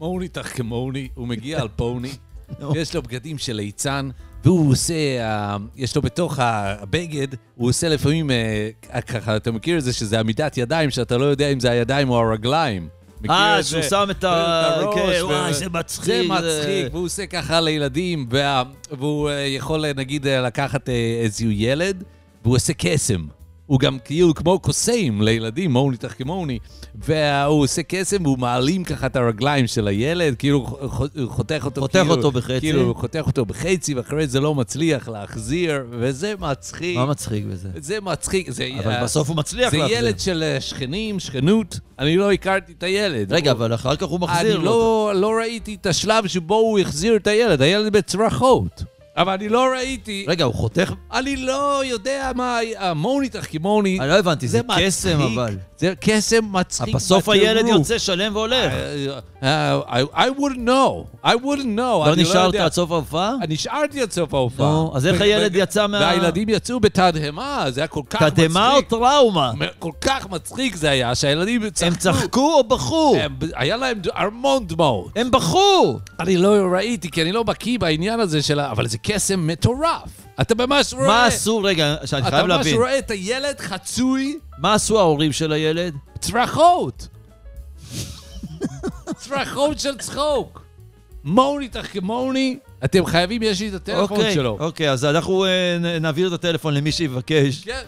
[SPEAKER 3] מוני תחכמוני, הוא מגיע על פוני.
[SPEAKER 2] נו.
[SPEAKER 3] יש לו בגדים של ליצן, והוא עושה, אה, יש לו בתוך הבגד, הוא עושה לפעמים, אה, ככה, אתה מכיר את זה שזה עמידת ידיים, שאתה לא יודע אם זה הידיים או הרגליים. מכיר
[SPEAKER 2] אה,
[SPEAKER 3] את זה?
[SPEAKER 2] שהוא שם את ה...
[SPEAKER 3] את הראש,
[SPEAKER 2] כן,
[SPEAKER 3] ו-
[SPEAKER 2] וואי, זה מצחיק.
[SPEAKER 3] זה מצחיק, והוא עושה ככה לילדים, וה- והוא אה, יכול אה, נגיד אה, לקחת אה, איזשהו ילד, והוא עושה קסם. הוא גם כאילו כמו קוסם לילדים, מוני תח כמוני, והוא עושה קסם והוא מעלים ככה את הרגליים של הילד, כאילו ח- חותך אותו,
[SPEAKER 2] חותך
[SPEAKER 3] כאילו,
[SPEAKER 2] אותו בחצי.
[SPEAKER 3] כאילו חותך אותו בחצי, ואחרי זה לא מצליח להחזיר, וזה מצחיק.
[SPEAKER 2] מה מצחיק בזה?
[SPEAKER 3] זה מצחיק, זה, אה,
[SPEAKER 2] אבל בסוף הוא מצליח
[SPEAKER 3] זה
[SPEAKER 2] להחזיר.
[SPEAKER 3] ילד של אה, שכנים, שכנות, אני לא הכרתי את הילד.
[SPEAKER 2] רגע,
[SPEAKER 3] הוא-
[SPEAKER 2] אבל אחר כך הוא מחזיר
[SPEAKER 3] אני
[SPEAKER 2] לו. אותו.
[SPEAKER 3] לא, לא ראיתי את השלב שבו הוא החזיר את הילד, הילד בצרחות. אבל אני לא ראיתי,
[SPEAKER 2] רגע, הוא חותך?
[SPEAKER 3] אני לא יודע מה, אה, המוני תחכימוני,
[SPEAKER 2] אני לא הבנתי, זה
[SPEAKER 3] מצחיק,
[SPEAKER 2] קסם אבל.
[SPEAKER 3] זה קסם מצחיק
[SPEAKER 2] אה, בסוף הילד
[SPEAKER 3] בטירוף.
[SPEAKER 2] יוצא שלם והולך.
[SPEAKER 3] אה, אה, I- I wouldn't know, I wouldn't know,
[SPEAKER 2] לא
[SPEAKER 3] אני
[SPEAKER 2] נשארת
[SPEAKER 3] יודע.
[SPEAKER 2] עד סוף ההופעה?
[SPEAKER 3] אני נשארתי עד סוף ההופעה.
[SPEAKER 2] נו, אז איך
[SPEAKER 3] ו-
[SPEAKER 2] הילד
[SPEAKER 3] ו-
[SPEAKER 2] יצא מה-
[SPEAKER 3] והילדים יצאו בתדהמה, זה היה כל כך מצחיק.
[SPEAKER 2] תדהמה או טראומה?
[SPEAKER 3] כל כך מצחיק זה היה, שהילדים צחקו.
[SPEAKER 2] הם צחקו או בכו?
[SPEAKER 3] הם- היה להם המון דמעות.
[SPEAKER 2] הם בכו!
[SPEAKER 3] אני לא ראיתי, כי אני לא בקיא בעניין הזה של ה... אבל זה קסם מטורף. אתה ממש רואה...
[SPEAKER 2] מה עשו, רגע, שאני
[SPEAKER 3] אתה
[SPEAKER 2] חייב
[SPEAKER 3] ממש
[SPEAKER 2] להבין.
[SPEAKER 3] רואה את הילד חצוי
[SPEAKER 2] מה עשו ההורים של הילד?
[SPEAKER 3] צרחות. צרחות של צחוק. מוני תחכמוני, אתם חייבים, יש לי את הטלפון
[SPEAKER 2] אוקיי,
[SPEAKER 3] שלו.
[SPEAKER 2] אוקיי, אז אנחנו אה, נ- נעביר את הטלפון למי שיבקש.
[SPEAKER 3] כן.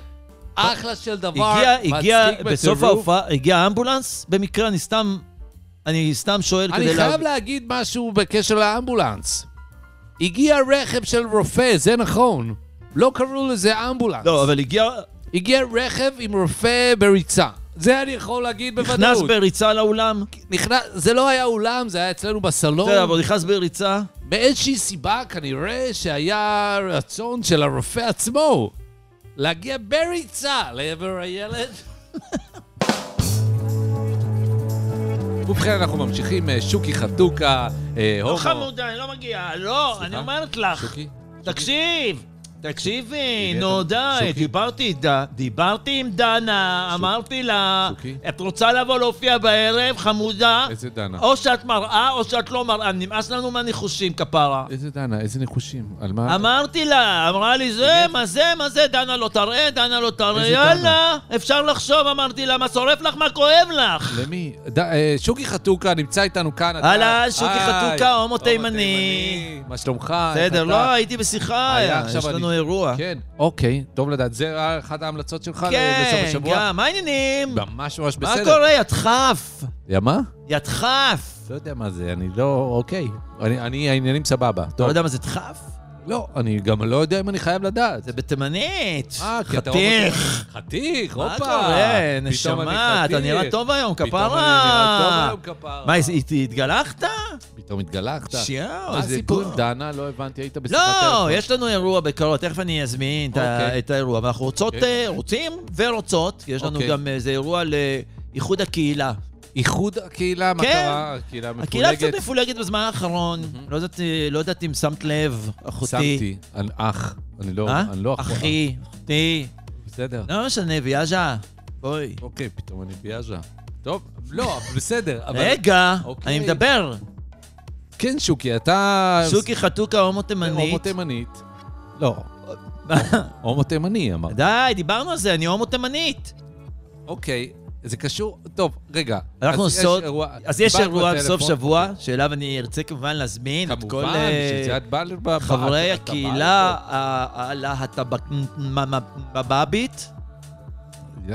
[SPEAKER 3] אחלה של דבר,
[SPEAKER 2] הגיע, הגיע,
[SPEAKER 3] מצחיק
[SPEAKER 2] בסוף
[SPEAKER 3] בטירוף.
[SPEAKER 2] ההופעה, הגיע אמבולנס? במקרה, אני סתם, אני סתם שואל
[SPEAKER 3] אני
[SPEAKER 2] כדי
[SPEAKER 3] חייב
[SPEAKER 2] להבין.
[SPEAKER 3] להגיד משהו בקשר לאמבולנס. הגיע רכב של רופא, זה נכון. לא קראו לזה אמבולנס.
[SPEAKER 2] לא, אבל הגיע,
[SPEAKER 3] הגיע רכב עם רופא בריצה. זה אני יכול להגיד בוודאות.
[SPEAKER 2] נכנס בריצה לאולם?
[SPEAKER 3] נכנס... זה לא היה אולם, זה היה אצלנו בסלון.
[SPEAKER 2] בסדר, אבל הוא נכנס בריצה?
[SPEAKER 3] באיזושהי סיבה כנראה שהיה רצון של הרופא עצמו להגיע בריצה לעבר הילד. ובכן, אנחנו ממשיכים, אה, שוקי חתוקה, אה, הומו.
[SPEAKER 2] אני לא מגיע, לא,
[SPEAKER 3] אני אומרת
[SPEAKER 2] לך.
[SPEAKER 3] שוקי?
[SPEAKER 2] תקשיב! תקשיבי,
[SPEAKER 3] הבאת?
[SPEAKER 2] נו די,
[SPEAKER 3] אה, שוקי?
[SPEAKER 2] דיברתי, עם ד- דיברתי עם דנה, אמרתי לה,
[SPEAKER 3] שוקי?
[SPEAKER 2] את רוצה לבוא להופיע בערב, חמודה?
[SPEAKER 3] איזה דנה?
[SPEAKER 2] או שאת מראה או שאת לא מראה, נמאס לנו מהניחושים, כפרה.
[SPEAKER 3] איזה דנה? איזה ניחושים? על אה, מה?
[SPEAKER 2] אמרתי לה, אמרה לי זה, מה זה, מה זה, דנה לא תראה, דנה לא תראה,
[SPEAKER 3] איזה
[SPEAKER 2] יאללה, אפשר לחשוב, אמרתי לה, מה שורף לך, מה כואב לך?
[SPEAKER 3] למי? ד- אה, שוקי חתוקה נמצא איתנו כאן. אתה-
[SPEAKER 2] אהלן, שוקי
[SPEAKER 3] היי,
[SPEAKER 2] חתוקה, הומו
[SPEAKER 3] הומו
[SPEAKER 2] תימני.
[SPEAKER 3] תימני. מה שלומך? איך
[SPEAKER 2] בסדר,
[SPEAKER 3] אתה?
[SPEAKER 2] לא, הייתי בשיחה,
[SPEAKER 3] היה
[SPEAKER 2] היה,
[SPEAKER 3] עכשיו
[SPEAKER 2] יש לנו
[SPEAKER 3] אני-
[SPEAKER 2] אירוע.
[SPEAKER 3] כן, אוקיי, טוב לדעת. זה היה אחת ההמלצות שלך ל- לסוף
[SPEAKER 2] כן,
[SPEAKER 3] השבוע?
[SPEAKER 2] גם, מה העניינים?
[SPEAKER 3] ממש ממש
[SPEAKER 2] מה
[SPEAKER 3] בסדר.
[SPEAKER 2] קורה, ידחף?
[SPEAKER 3] יא מה?
[SPEAKER 2] ידחף!
[SPEAKER 3] לא יודע מה זה, אני לא... אוקיי. אני, אני העניינים סבבה.
[SPEAKER 2] אתה לא
[SPEAKER 3] טוב.
[SPEAKER 2] יודע מה זה דחף?
[SPEAKER 3] לא, אני גם לא יודע אם אני חייב לדעת.
[SPEAKER 2] זה בתימנית.
[SPEAKER 3] אה, כי אתה
[SPEAKER 2] חתיך.
[SPEAKER 3] הומו- חתיך, הופה.
[SPEAKER 2] מה קורה?
[SPEAKER 3] פתאום
[SPEAKER 2] נשמה,
[SPEAKER 3] אני
[SPEAKER 2] אתה נראה
[SPEAKER 3] חתיך.
[SPEAKER 2] טוב היום,
[SPEAKER 3] פתאום
[SPEAKER 2] כפרה.
[SPEAKER 3] אני נראה טוב היום, כפרה.
[SPEAKER 2] מה, הת- הת- התגלחת?
[SPEAKER 3] פתאום התגלחת.
[SPEAKER 2] שיאו,
[SPEAKER 3] מה
[SPEAKER 2] איזה
[SPEAKER 3] הסיפור עם
[SPEAKER 2] גו-
[SPEAKER 3] לא, דנה? לא הבנתי, היית בשיחת
[SPEAKER 2] לא,
[SPEAKER 3] טלפון.
[SPEAKER 2] יש לנו אירוע בקרוב, תכף אני אזמין את ה-
[SPEAKER 3] אוקיי.
[SPEAKER 2] את האירוע. ואנחנו רוצות,
[SPEAKER 3] אוקיי.
[SPEAKER 2] אה, רוצים ורוצות, כי יש לנו
[SPEAKER 3] אוקיי.
[SPEAKER 2] גם איזה אירוע לאיחוד הקהילה.
[SPEAKER 3] איחוד הקהילה, מה
[SPEAKER 2] כן.
[SPEAKER 3] קרה? הקהילה מפולגת.
[SPEAKER 2] הקהילה קצת מפולגת בזמן האחרון, לא יודעת, אה, לא יודעת אם שמת לב, אחותי.
[SPEAKER 3] שמתי, אני אח. אני לא...
[SPEAKER 2] אה?
[SPEAKER 3] אני לא אח.
[SPEAKER 2] אחי, אחותי.
[SPEAKER 3] בסדר.
[SPEAKER 2] לא משנה, ויאז'ה. בואי.
[SPEAKER 3] אוקיי, פתאום אני ביאז'ה. טוב, לא, בסדר. אבל-
[SPEAKER 2] רגע,
[SPEAKER 3] אוקיי.
[SPEAKER 2] אני מדבר.
[SPEAKER 3] כן, שוקי, אתה...
[SPEAKER 2] שוקי חתוקה הומו
[SPEAKER 3] הומו
[SPEAKER 2] תימנית.
[SPEAKER 3] תימנית. לא. הומו תימני, אמרת.
[SPEAKER 2] די, דיברנו על זה, אני הומו תימנית.
[SPEAKER 3] אוקיי, זה קשור... טוב, רגע.
[SPEAKER 2] אנחנו
[SPEAKER 3] אז יש
[SPEAKER 2] עושות...
[SPEAKER 3] אירוע-
[SPEAKER 2] אז יש
[SPEAKER 3] דיברת
[SPEAKER 2] אירוע בסוף
[SPEAKER 3] בטלפון.
[SPEAKER 2] שבוע, שאליו אני ארצה כמובן להזמין את כל
[SPEAKER 3] כמובן,
[SPEAKER 2] אה,
[SPEAKER 3] שזה את באה... לבא-
[SPEAKER 2] חברי
[SPEAKER 3] אתה בא
[SPEAKER 2] הקהילה ה- הלהט"בבבית.
[SPEAKER 3] לפה.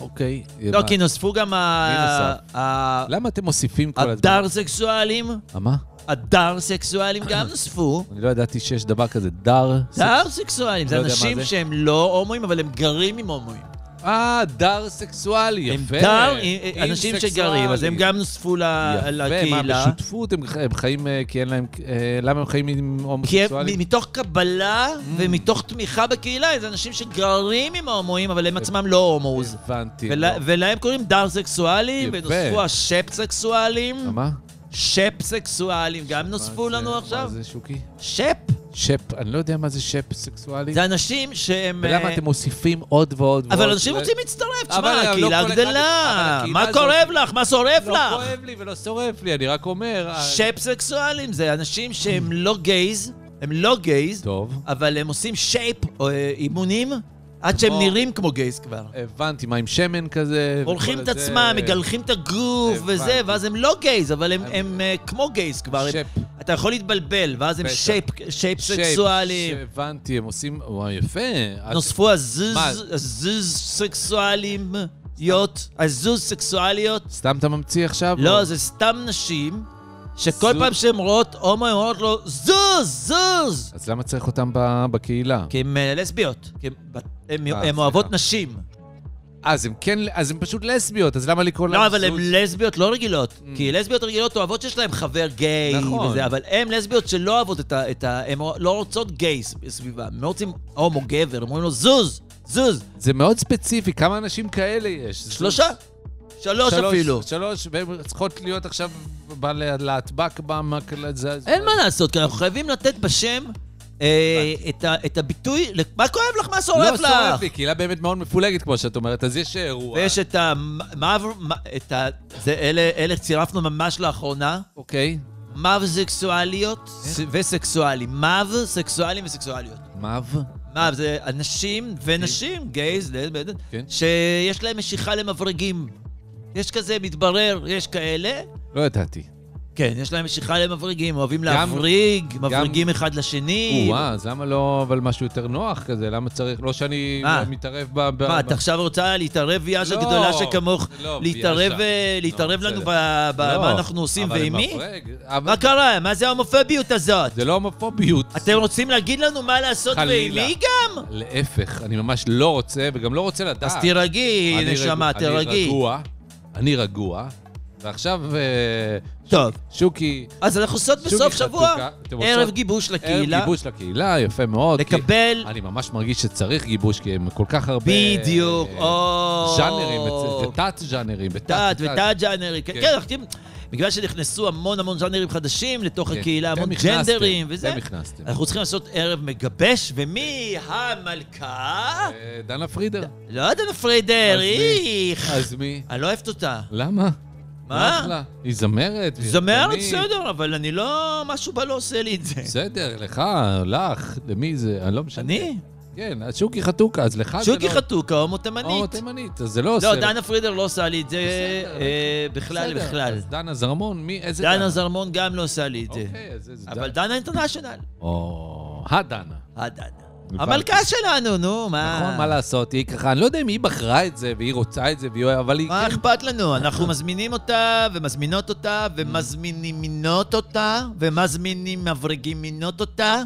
[SPEAKER 3] אוקיי.
[SPEAKER 2] לא,
[SPEAKER 3] מה-
[SPEAKER 2] כי נוספו גם ה-
[SPEAKER 3] נוסף?
[SPEAKER 2] ה-
[SPEAKER 3] למה אתם מוסיפים כל הזמן?
[SPEAKER 2] הדר סקסואלים.
[SPEAKER 3] אה, מה?
[SPEAKER 2] הדר סקסואלים גם נוספו.
[SPEAKER 3] אני לא ידעתי שיש דבר כזה, דר...
[SPEAKER 2] דר סקסואלים, זה
[SPEAKER 3] לא יודע מה
[SPEAKER 2] אנשים
[SPEAKER 3] זה.
[SPEAKER 2] שהם לא הומואים, אבל הם גרים עם הומואים.
[SPEAKER 3] אה, דר סקסואלי,
[SPEAKER 2] הם
[SPEAKER 3] יפה.
[SPEAKER 2] דר, אה,
[SPEAKER 3] עם
[SPEAKER 2] אנשים
[SPEAKER 3] סקסואלי.
[SPEAKER 2] שגרים, אז הם גם אה, נוספו ל-
[SPEAKER 3] יפה,
[SPEAKER 2] לקהילה.
[SPEAKER 3] מה, בשותפות הם ח- הם חיים אה, כי אין להם... אה, למה הם חיים עם
[SPEAKER 2] כי הם-
[SPEAKER 3] הומוסקסואלים?
[SPEAKER 2] מ- מתוך קבלה
[SPEAKER 3] Mm.
[SPEAKER 2] ומתוך תמיכה בקהילה, זה אנשים שגרים עם ההומואים, אבל הם עצמם לא הומואים.
[SPEAKER 3] הבנתי. לא.
[SPEAKER 2] ולה- ולהם קוראים דר סקסואלים,
[SPEAKER 3] יפה.
[SPEAKER 2] ונוספו השפ סקסואלים.
[SPEAKER 3] לא. מה?
[SPEAKER 2] שפ סקסואלים, גם נוספו
[SPEAKER 3] מה זה-
[SPEAKER 2] לנו
[SPEAKER 3] מה
[SPEAKER 2] עכשיו.
[SPEAKER 3] זה שוקי?
[SPEAKER 2] שפ.
[SPEAKER 3] שפ, אני לא יודע מה זה שפ סקסואלי.
[SPEAKER 2] זה אנשים שהם...
[SPEAKER 3] ולמה
[SPEAKER 2] אה,
[SPEAKER 3] אתם מוסיפים עוד ועוד ועוד?
[SPEAKER 2] אבל אנשים
[SPEAKER 3] ו-
[SPEAKER 2] רוצים להצטרף,
[SPEAKER 3] אבל
[SPEAKER 2] תשמע,
[SPEAKER 3] לא
[SPEAKER 2] הקהילה
[SPEAKER 3] כל אחד- אבל
[SPEAKER 2] גדלה.
[SPEAKER 3] הקהילה
[SPEAKER 2] מה
[SPEAKER 3] הזאת-
[SPEAKER 2] קורב לך? מה שורף
[SPEAKER 3] לא
[SPEAKER 2] לך?
[SPEAKER 3] כואב לי ולא שורף לי, אני רק אומר... אה,
[SPEAKER 2] שפ סקסואלים זה אנשים שהם לא גייז, הם לא גייז,
[SPEAKER 3] טוב,
[SPEAKER 2] אבל הם עושים שייפ או אה, אימונים עד שהם
[SPEAKER 3] כמו-
[SPEAKER 2] נראים כמו גייז כבר.
[SPEAKER 3] הבנתי, מה עם שמן כזה?
[SPEAKER 2] הולכים את
[SPEAKER 3] וכל הזה.
[SPEAKER 2] עצמם, מגלחים את הגוף
[SPEAKER 3] הבנתי.
[SPEAKER 2] וזה, ואז הם לא גייז, אבל הם-
[SPEAKER 3] הם-
[SPEAKER 2] הם אה, כמו גייז כבר. הם-
[SPEAKER 3] שפ.
[SPEAKER 2] אתה יכול להתבלבל, ואז הם
[SPEAKER 3] בטח.
[SPEAKER 2] שייפ, שייפ
[SPEAKER 3] שייפ,
[SPEAKER 2] סקסואליים.
[SPEAKER 3] הבנתי, הם עושים... וואי, יפה. אז-
[SPEAKER 2] נוספו
[SPEAKER 3] מה?
[SPEAKER 2] הזוז, הזוז סקסואלים, יות, הזוז סקסואליות.
[SPEAKER 3] סתם אתה ממציא עכשיו?
[SPEAKER 2] לא,
[SPEAKER 3] או-
[SPEAKER 2] זה סתם נשים, שכל
[SPEAKER 3] זוז.
[SPEAKER 2] פעם שהן רואות הומו, הן אומרות לו, זוז, זוז!
[SPEAKER 3] אז למה צריך אותם ב- בקהילה?
[SPEAKER 2] כי הן אה, לסביות, כי הן בת- הן-
[SPEAKER 3] אה,
[SPEAKER 2] הן אוהבות
[SPEAKER 3] סליחה.
[SPEAKER 2] נשים.
[SPEAKER 3] אז הם כן... אז הם פשוט לסביות, אז למה לקרוא להם...
[SPEAKER 2] לא, אבל הן
[SPEAKER 3] זוז?
[SPEAKER 2] לסביות לא רגילות. כי לסביות רגילות אוהבות שיש להן חבר גיי
[SPEAKER 3] Mm. נכון.
[SPEAKER 2] וזה, אבל הן לסביות שלא אוהבות את ה- את ה... הן לא רוצות גיי סביבה, הן לא רוצים הומו גבר, הן אומרים לו, זוז, זוז.
[SPEAKER 3] זה מאוד ספציפי, כמה אנשים כאלה יש?
[SPEAKER 2] שלושה? שלוש אפילו.
[SPEAKER 3] שלוש, והן צריכות להיות עכשיו ב- להטבק במקלט. זה-
[SPEAKER 2] אין מה לעשות, כי אנחנו חייבים לתת בשם אה, את ה- את הביטוי, ל- מה כואב לך, מה
[SPEAKER 3] לא,
[SPEAKER 2] שורף
[SPEAKER 3] שורף
[SPEAKER 2] לך?
[SPEAKER 3] לי, קהילה באמת מאוד מפולגת, כמו שאת אומרת, אז יש אירוע.
[SPEAKER 2] ויש את ה... מה- מה- את ה... זה אלה אלה צירפנו ממש לאחרונה.
[SPEAKER 3] אוקיי.
[SPEAKER 2] מאו סקסואליות וסקסואלים. מאו סקסואלים וסקסואליות.
[SPEAKER 3] מאב?
[SPEAKER 2] מה, זה אנשים ונשים, גייז,
[SPEAKER 3] כן.
[SPEAKER 2] שיש להם משיכה למברגים. יש כזה, מתברר, יש כאלה.
[SPEAKER 3] לא ידעתי.
[SPEAKER 2] כן, יש להם משיכה למברגים, אוהבים
[SPEAKER 3] גם-
[SPEAKER 2] להבריג, מבריגים אחד לשני.
[SPEAKER 3] או-אה, אז למה לא, אבל משהו יותר נוח כזה? למה צריך, לא שאני
[SPEAKER 2] אה.
[SPEAKER 3] מתערב ב... ב-
[SPEAKER 2] מה,
[SPEAKER 3] ב-
[SPEAKER 2] את עכשיו רוצה להתערב, ויאז'ה
[SPEAKER 3] לא,
[SPEAKER 2] גדולה שכמוך,
[SPEAKER 3] לא,
[SPEAKER 2] להתערב
[SPEAKER 3] ויאז'ה.
[SPEAKER 2] אה, להתערב
[SPEAKER 3] לא,
[SPEAKER 2] לנו
[SPEAKER 3] בסדר.
[SPEAKER 2] ב- ב-
[SPEAKER 3] לא,
[SPEAKER 2] מה אנחנו עושים
[SPEAKER 3] אבל
[SPEAKER 2] ועם מי?
[SPEAKER 3] מפרג, אבל
[SPEAKER 2] מה קרה? מה זה ההומופוביות הזאת?
[SPEAKER 3] זה לא הומופוביות.
[SPEAKER 2] אתם רוצים להגיד לנו מה לעשות ועם
[SPEAKER 3] חלילה.
[SPEAKER 2] מי גם?
[SPEAKER 3] להפך, אני ממש לא רוצה, וגם לא רוצה לדעת.
[SPEAKER 2] אז תירגעי,
[SPEAKER 3] אני
[SPEAKER 2] נשמה,
[SPEAKER 3] רגוע- אני
[SPEAKER 2] תירגעי.
[SPEAKER 3] רגוע, אני רגוע, ועכשיו אה,
[SPEAKER 2] טוב,
[SPEAKER 3] שוקי, אה,
[SPEAKER 2] אז אנחנו עושות
[SPEAKER 3] שוקי
[SPEAKER 2] בסוף שבוע
[SPEAKER 3] חתוקה, אתם
[SPEAKER 2] ערב
[SPEAKER 3] עושות-
[SPEAKER 2] גיבוש
[SPEAKER 3] ערב
[SPEAKER 2] לקהילה.
[SPEAKER 3] גיבוש לקהילה, יפה מאוד. כי
[SPEAKER 2] לקבל-
[SPEAKER 3] אני ממש מרגיש שצריך גיבוש, כי הם כל כך הרבה...
[SPEAKER 2] בדיוק,
[SPEAKER 3] אה,
[SPEAKER 2] או...
[SPEAKER 3] ז'אנרים, ותת-ז'אנרים,
[SPEAKER 2] דת ותת-ג'אנרים. כן,
[SPEAKER 3] כן.
[SPEAKER 2] כן, אנחנו יודעים, בגלל שנכנסו המון המון ז'אנרים חדשים לתוך
[SPEAKER 3] כן,
[SPEAKER 2] הקהילה,
[SPEAKER 3] אתם
[SPEAKER 2] המון
[SPEAKER 3] הכנסתם,
[SPEAKER 2] ג'נדרים וזה.
[SPEAKER 3] אתם הכנסתם.
[SPEAKER 2] אנחנו צריכים לעשות ערב מגבש, ומי המלכה?
[SPEAKER 3] אה, דנה פרידר.
[SPEAKER 2] לא יודעת, פרידר,
[SPEAKER 3] אז מי?
[SPEAKER 2] איך.
[SPEAKER 3] אז מי?
[SPEAKER 2] אני לא אוהבת אותה.
[SPEAKER 3] למה?
[SPEAKER 2] מה?
[SPEAKER 3] אחלה. היא זמרת. היא
[SPEAKER 2] זמרת,
[SPEAKER 3] רקדנית.
[SPEAKER 2] בסדר, אבל אני לא... משהו בה לא עושה לי את זה.
[SPEAKER 3] בסדר, לך, לך, למי זה, אני לא משנה.
[SPEAKER 2] אני?
[SPEAKER 3] כן, אז שוקי חתוקה, אז לך זה לא...
[SPEAKER 2] שוקי חתוקה, הומו
[SPEAKER 3] או,
[SPEAKER 2] תימנית.
[SPEAKER 3] תימנית, אז זה לא עושה...
[SPEAKER 2] לא, דנה פרידר לא עושה לי את זה
[SPEAKER 3] בסדר. אוקיי.
[SPEAKER 2] אה, בכלל,
[SPEAKER 3] בסדר,
[SPEAKER 2] בכלל.
[SPEAKER 3] אז דנה זרמון, מי? איזה
[SPEAKER 2] דנה זרמון גם לא עושה לי את זה.
[SPEAKER 3] אוקיי, אז איזה
[SPEAKER 2] אבל דנה אינטרנשיונל.
[SPEAKER 3] או, הדנה.
[SPEAKER 2] הדנה.
[SPEAKER 3] הבנתי.
[SPEAKER 2] המלכה שלנו, נו, מה...
[SPEAKER 3] נכון, מה לעשות, היא ככה, אני לא יודע אם היא בחרה את זה, והיא רוצה את זה, והיא אוהבת, אבל היא...
[SPEAKER 2] מה
[SPEAKER 3] כן-
[SPEAKER 2] אכפת לנו? אנחנו מזמינים אותה, ומזמינות אותה, ומזמינים מינות אותה, ומזמינים מברגים מינות אותה,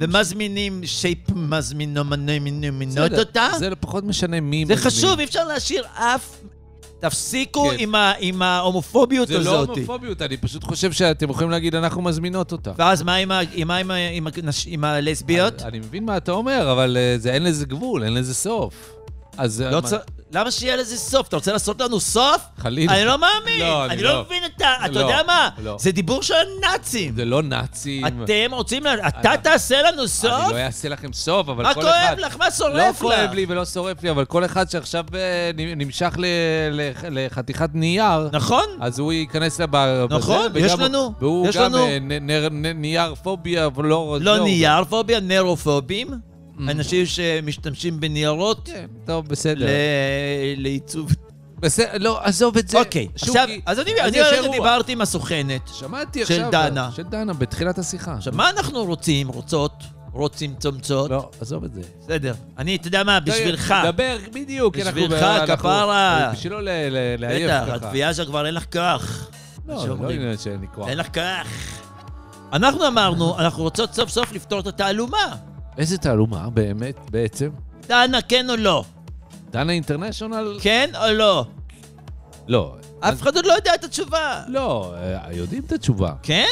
[SPEAKER 2] ומזמינים שייפ מזמינו מנו- מינו מינות
[SPEAKER 3] בסדר,
[SPEAKER 2] אותה.
[SPEAKER 3] זה לא- פחות משנה מי...
[SPEAKER 2] זה
[SPEAKER 3] מזמין.
[SPEAKER 2] חשוב, אי אפשר להשאיר אף... תפסיקו
[SPEAKER 3] כן.
[SPEAKER 2] עם ה- עם ההומופוביות
[SPEAKER 3] זה לא
[SPEAKER 2] הזאת.
[SPEAKER 3] הומופוביות, אני פשוט חושב שאתם יכולים להגיד, אנחנו מזמינות אותה.
[SPEAKER 2] ואז מה עם ה- עם ה- עם ה- עם הנש- עם הלסביות?
[SPEAKER 3] אני מבין מה אתה אומר, אבל אה, זה, אין לזה גבול, אין לזה סוף. אז... אה,
[SPEAKER 2] לא
[SPEAKER 3] מה-
[SPEAKER 2] צר- למה שיהיה לזה סוף? אתה רוצה לעשות לנו סוף?
[SPEAKER 3] חלילה.
[SPEAKER 2] אני לא מאמין.
[SPEAKER 3] לא,
[SPEAKER 2] אני לא מבין את ה... אתה
[SPEAKER 3] לא,
[SPEAKER 2] יודע מה?
[SPEAKER 3] לא.
[SPEAKER 2] זה דיבור של הנאצים.
[SPEAKER 3] זה לא נאצים.
[SPEAKER 2] אתם רוצים... לה- אתה
[SPEAKER 3] אני-
[SPEAKER 2] תעשה לנו
[SPEAKER 3] אני
[SPEAKER 2] סוף?
[SPEAKER 3] לא אעשה לכם סוף, אבל
[SPEAKER 2] מה
[SPEAKER 3] כל
[SPEAKER 2] כואב
[SPEAKER 3] אחד...
[SPEAKER 2] לך? מה שורף
[SPEAKER 3] לא
[SPEAKER 2] לך?
[SPEAKER 3] כואב לי ולא שורף לי, אבל כל אחד שעכשיו אה, נ- נמשך ל- לח- לחתיכת נייר,
[SPEAKER 2] נכון?
[SPEAKER 3] אז הוא ייכנס לבר... בזה,
[SPEAKER 2] נכון, יש
[SPEAKER 3] וגם-
[SPEAKER 2] לנו,
[SPEAKER 3] והוא
[SPEAKER 2] יש
[SPEAKER 3] גם
[SPEAKER 2] לנו.
[SPEAKER 3] אה, נ- נר- נ- נייר פוביה, אבל לא...
[SPEAKER 2] לא ניירפוביה, נרופובים. אנשים שמשתמשים בניירות
[SPEAKER 3] כן, טוב, בסדר.
[SPEAKER 2] ל- לעיצוב.
[SPEAKER 3] בסדר, לא, עזוב את זה.
[SPEAKER 2] אוקיי,
[SPEAKER 3] שוקי,
[SPEAKER 2] עכשיו, אז אני
[SPEAKER 3] אז
[SPEAKER 2] אני
[SPEAKER 3] יש
[SPEAKER 2] הרגע
[SPEAKER 3] אירוע.
[SPEAKER 2] דיברתי עם הסוכנת.
[SPEAKER 3] שמעתי
[SPEAKER 2] של
[SPEAKER 3] עכשיו...
[SPEAKER 2] דנה.
[SPEAKER 3] של דנה, בתחילת השיחה.
[SPEAKER 2] עכשיו, מה אנחנו רוצים? רוצות? רוצים צומצות?
[SPEAKER 3] לא, עזוב את זה.
[SPEAKER 2] בסדר. אני, אתה יודע מה, בשבילך.
[SPEAKER 3] דבר, בדיוק. אנחנו-
[SPEAKER 2] בשבילך,
[SPEAKER 3] אנחנו-
[SPEAKER 2] כפרה.
[SPEAKER 3] בשביל לא ל- ל- לעייף
[SPEAKER 2] בטח,
[SPEAKER 3] ככה.
[SPEAKER 2] התביעה שלך כבר אין לך כך.
[SPEAKER 3] לא, זה לא
[SPEAKER 2] שאומרים.
[SPEAKER 3] עניין שאין לי כוח.
[SPEAKER 2] אין לך כך. אנחנו אמרנו, אנחנו רוצות סוף סוף לפתור את התעלומה.
[SPEAKER 3] איזה תעלומה, באמת, בעצם.
[SPEAKER 2] דנה, כן או לא?
[SPEAKER 3] דנה אינטרנשיונל?
[SPEAKER 2] כן או לא? כן.
[SPEAKER 3] לא.
[SPEAKER 2] אף אחד עוד לא יודע את התשובה.
[SPEAKER 3] לא, אה, יודעים את התשובה.
[SPEAKER 2] כן?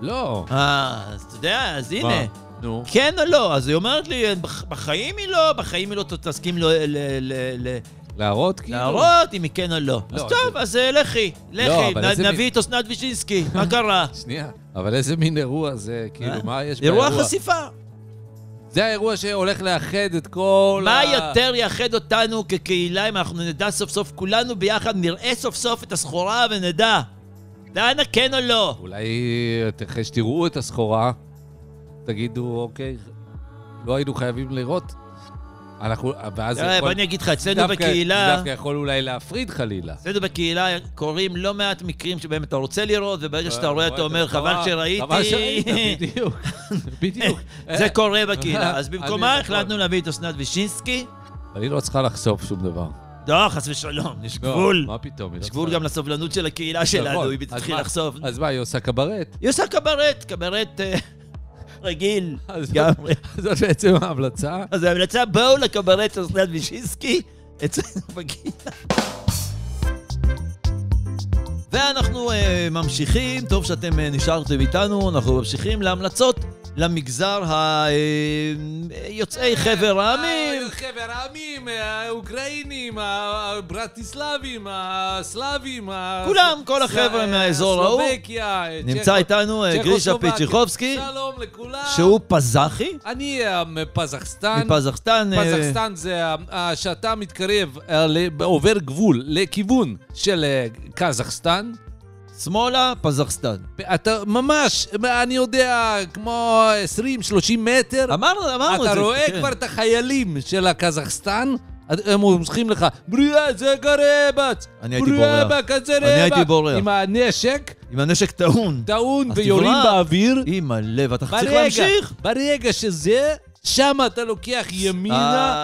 [SPEAKER 3] לא.
[SPEAKER 2] אה, אז אתה יודע, אז הנה.
[SPEAKER 3] מה? נו.
[SPEAKER 2] כן או לא? אז היא אומרת לי, "בח- בחיים היא לא, בחיים היא לא תסכים ל- ל- ל- ל-
[SPEAKER 3] להראות כאילו?
[SPEAKER 2] להראות אם היא כן או לא.
[SPEAKER 3] לא,
[SPEAKER 2] אז טוב,
[SPEAKER 3] זה-
[SPEAKER 2] אז אה, לכי,
[SPEAKER 3] לא,
[SPEAKER 2] לכי,
[SPEAKER 3] אבל
[SPEAKER 2] נ-
[SPEAKER 3] איזה מין-
[SPEAKER 2] נביא את אסנת וישינסקי, מה קרה?
[SPEAKER 3] שנייה, אבל איזה מין אירוע זה, כאילו, מה יש באירוע?
[SPEAKER 2] אה? אירוע חשיפה.
[SPEAKER 3] זה האירוע שהולך לאחד את כל
[SPEAKER 2] מה
[SPEAKER 3] ה...
[SPEAKER 2] יותר יאחד אותנו כקהילה אם אנחנו נדע סוף סוף כולנו ביחד, נראה סוף סוף את הסחורה ונדע. דנה, כן או לא?
[SPEAKER 3] אולי ת- אחרי שתראו את הסחורה, תגידו, אוקיי, לא היינו חייבים לראות. אנחנו, ואז... זה
[SPEAKER 2] אה,
[SPEAKER 3] יכול-
[SPEAKER 2] בוא אני אגיד לך, אצלנו
[SPEAKER 3] דווקא-
[SPEAKER 2] בקהילה-
[SPEAKER 3] דווקא יכול אולי להפריד חלילה.
[SPEAKER 2] אצלנו בקהילה קורים לא מעט מקרים שבהם אתה רוצה לראות, וברגע
[SPEAKER 3] אה,
[SPEAKER 2] שאתה רואה אתה אומר, חבל
[SPEAKER 3] חבל
[SPEAKER 2] שראיתי.
[SPEAKER 3] שראית, בדיוק. בדיוק.
[SPEAKER 2] זה קורה בקהילה. אז במקומה
[SPEAKER 3] אה, אני- נכון.
[SPEAKER 2] החלטנו להביא את אסנת וישינסקי.
[SPEAKER 3] אני לא צריכה לחשוף שום דבר.
[SPEAKER 2] לא, חס ושלום, יש
[SPEAKER 3] לא,
[SPEAKER 2] גבול.
[SPEAKER 3] מה פתאום? היא לא
[SPEAKER 2] יש גבול
[SPEAKER 3] צריכה-
[SPEAKER 2] גם לסובלנות של הקהילה
[SPEAKER 3] נכון.
[SPEAKER 2] שלנו, היא
[SPEAKER 3] אז
[SPEAKER 2] תתחיל
[SPEAKER 3] מה-
[SPEAKER 2] לחשוף.
[SPEAKER 3] אז מה, היא עושה קברט?
[SPEAKER 2] היא עושה קברט, קברט אה, רגיל.
[SPEAKER 3] אז
[SPEAKER 2] לגמרי.
[SPEAKER 3] זאת בעצם ההמלצה.
[SPEAKER 2] אז ההמלצה, בואו לקברט של אסנת וישינסקי, אצלנו בקהילה. ואנחנו אה, ממשיכים, טוב שאתם אה, נשארתם איתנו, אנחנו ממשיכים להמלצות למגזר
[SPEAKER 3] אה,
[SPEAKER 2] היוצאי חבר העמים.
[SPEAKER 3] חבר העמים, אה, האוקראינים, הברטיסלבים, הסלאבים,
[SPEAKER 2] כולם, כל
[SPEAKER 3] אה,
[SPEAKER 2] החבר'ה מהאזור ההוא. נמצא איתנו אה, גרישה פיצ'יחובסקי,
[SPEAKER 3] שלום לכולם.
[SPEAKER 2] שהוא פזחי
[SPEAKER 3] אני אה, מפזחסטן.
[SPEAKER 2] מפזחסטן. אה,
[SPEAKER 3] פזחסטן זה אה, אה, שאתה מתקרב, אה, ל- עובר גבול לכיוון של אה, קזחסטן.
[SPEAKER 2] שמאלה, פזחסטן.
[SPEAKER 3] אתה ממש, אני יודע, כמו 20-30 מטר.
[SPEAKER 2] אמרנו, אמרנו את זה.
[SPEAKER 3] אתה רואה
[SPEAKER 2] כן.
[SPEAKER 3] כבר את החיילים של הקזחסטן, הם מומחים לך, בריה זה גרבץ!
[SPEAKER 2] אני הייתי בורח.
[SPEAKER 3] בריה כזה
[SPEAKER 2] אני הייתי
[SPEAKER 3] רבץ",
[SPEAKER 2] בורח.
[SPEAKER 3] עם הנשק,
[SPEAKER 2] עם הנשק טעון.
[SPEAKER 3] טעון
[SPEAKER 2] אז
[SPEAKER 3] ויורים
[SPEAKER 2] תברח.
[SPEAKER 3] באוויר.
[SPEAKER 2] אימא'לה, ואתה צריך להמשיך.
[SPEAKER 3] ברגע שזה, שם אתה לוקח ימינה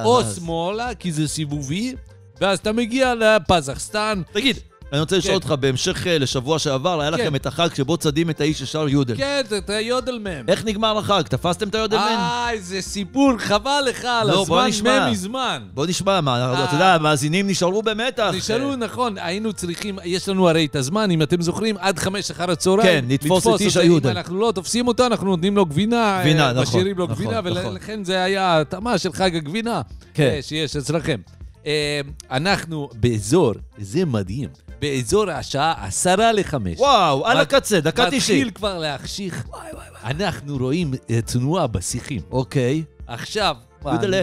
[SPEAKER 2] אה,
[SPEAKER 3] או
[SPEAKER 2] אז-
[SPEAKER 3] שמאלה, כי זה סיבובי, ואז אתה מגיע לפזחסטן.
[SPEAKER 2] תגיד, אני רוצה לשאול אותך, בהמשך אה, לשבוע שעבר, היה לכם
[SPEAKER 3] כן.
[SPEAKER 2] את החג שבו צדים את האיש ששר יודל.
[SPEAKER 3] כן, אתה יודלמן.
[SPEAKER 2] איך נגמר החג? תפסתם את היודלמן?
[SPEAKER 3] אה, איזה סיפור, חבל לך על
[SPEAKER 2] לא, בוא
[SPEAKER 3] הזמן
[SPEAKER 2] נשמע.
[SPEAKER 3] מזמן.
[SPEAKER 2] בוא נשמע, מה,
[SPEAKER 3] אה.
[SPEAKER 2] אתה יודע, המאזינים נשארו במתח.
[SPEAKER 3] נשאלו, נכון, היינו צריכים, יש לנו הרי את הזמן, אם אתם זוכרים, עד חמש אחר הצהריים.
[SPEAKER 2] כן, לתפוס את
[SPEAKER 3] אותו.
[SPEAKER 2] איש היודל.
[SPEAKER 3] אם אנחנו לא תופסים אותו, אנחנו נותנים לו גבינה.
[SPEAKER 2] גבינה,
[SPEAKER 3] אה,
[SPEAKER 2] נכון,
[SPEAKER 3] משאירים לו
[SPEAKER 2] נכון,
[SPEAKER 3] גבינה,
[SPEAKER 2] נכון.
[SPEAKER 3] ולכן זה היה ההתאמה של חג הגבינה
[SPEAKER 2] כן.
[SPEAKER 3] אה, שיש אצלכם. אה, אנחנו באזור, זה מדהים, באזור השעה עשרה לחמש.
[SPEAKER 2] וואו, על הקצה, דקה
[SPEAKER 3] מתחיל
[SPEAKER 2] 90.
[SPEAKER 3] כבר להחשיך. אנחנו רואים אה, תנועה בשיחים.
[SPEAKER 2] אוקיי.
[SPEAKER 3] עכשיו,
[SPEAKER 2] יודלה.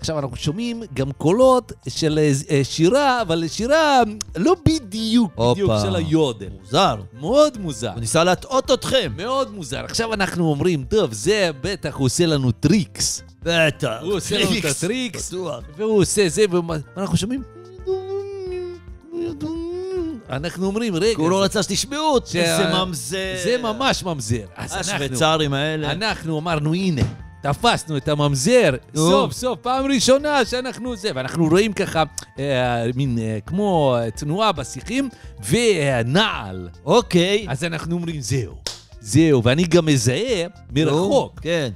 [SPEAKER 3] עכשיו אנחנו שומעים גם קולות של אה, שירה, אבל שירה לא בדיוק, בדיוק
[SPEAKER 2] הופה.
[SPEAKER 3] של היודל.
[SPEAKER 2] מוזר.
[SPEAKER 3] מאוד מוזר.
[SPEAKER 2] הוא ניסה להטעות אתכם.
[SPEAKER 3] מאוד מוזר. עכשיו אנחנו אומרים, טוב, זה בטח עושה לנו טריקס.
[SPEAKER 2] בטח.
[SPEAKER 3] הוא עושה לנו את הטריקס.
[SPEAKER 2] בטוח.
[SPEAKER 3] והוא עושה זה, ומה- ואנחנו שומעים... אנחנו אומרים, רגע,
[SPEAKER 2] כי הוא
[SPEAKER 3] זה-
[SPEAKER 2] לא רצה שתשמעו אותו.
[SPEAKER 3] שה-
[SPEAKER 2] זה ממזר.
[SPEAKER 3] כן. זה ממש ממזר. אז אנחנו...
[SPEAKER 2] השוויצרים האלה.
[SPEAKER 3] אנחנו אמרנו, הנה, תפסנו את הממזר,
[SPEAKER 2] נו.
[SPEAKER 3] סוף סוף, פעם ראשונה שאנחנו זה, ואנחנו רואים ככה, אה, מין אה, כמו אה, תנועה בשיחים, ונעל.
[SPEAKER 2] אוקיי.
[SPEAKER 3] אז אנחנו אומרים, זהו, זהו, ואני גם מזהה מרחוק
[SPEAKER 2] נו, כן.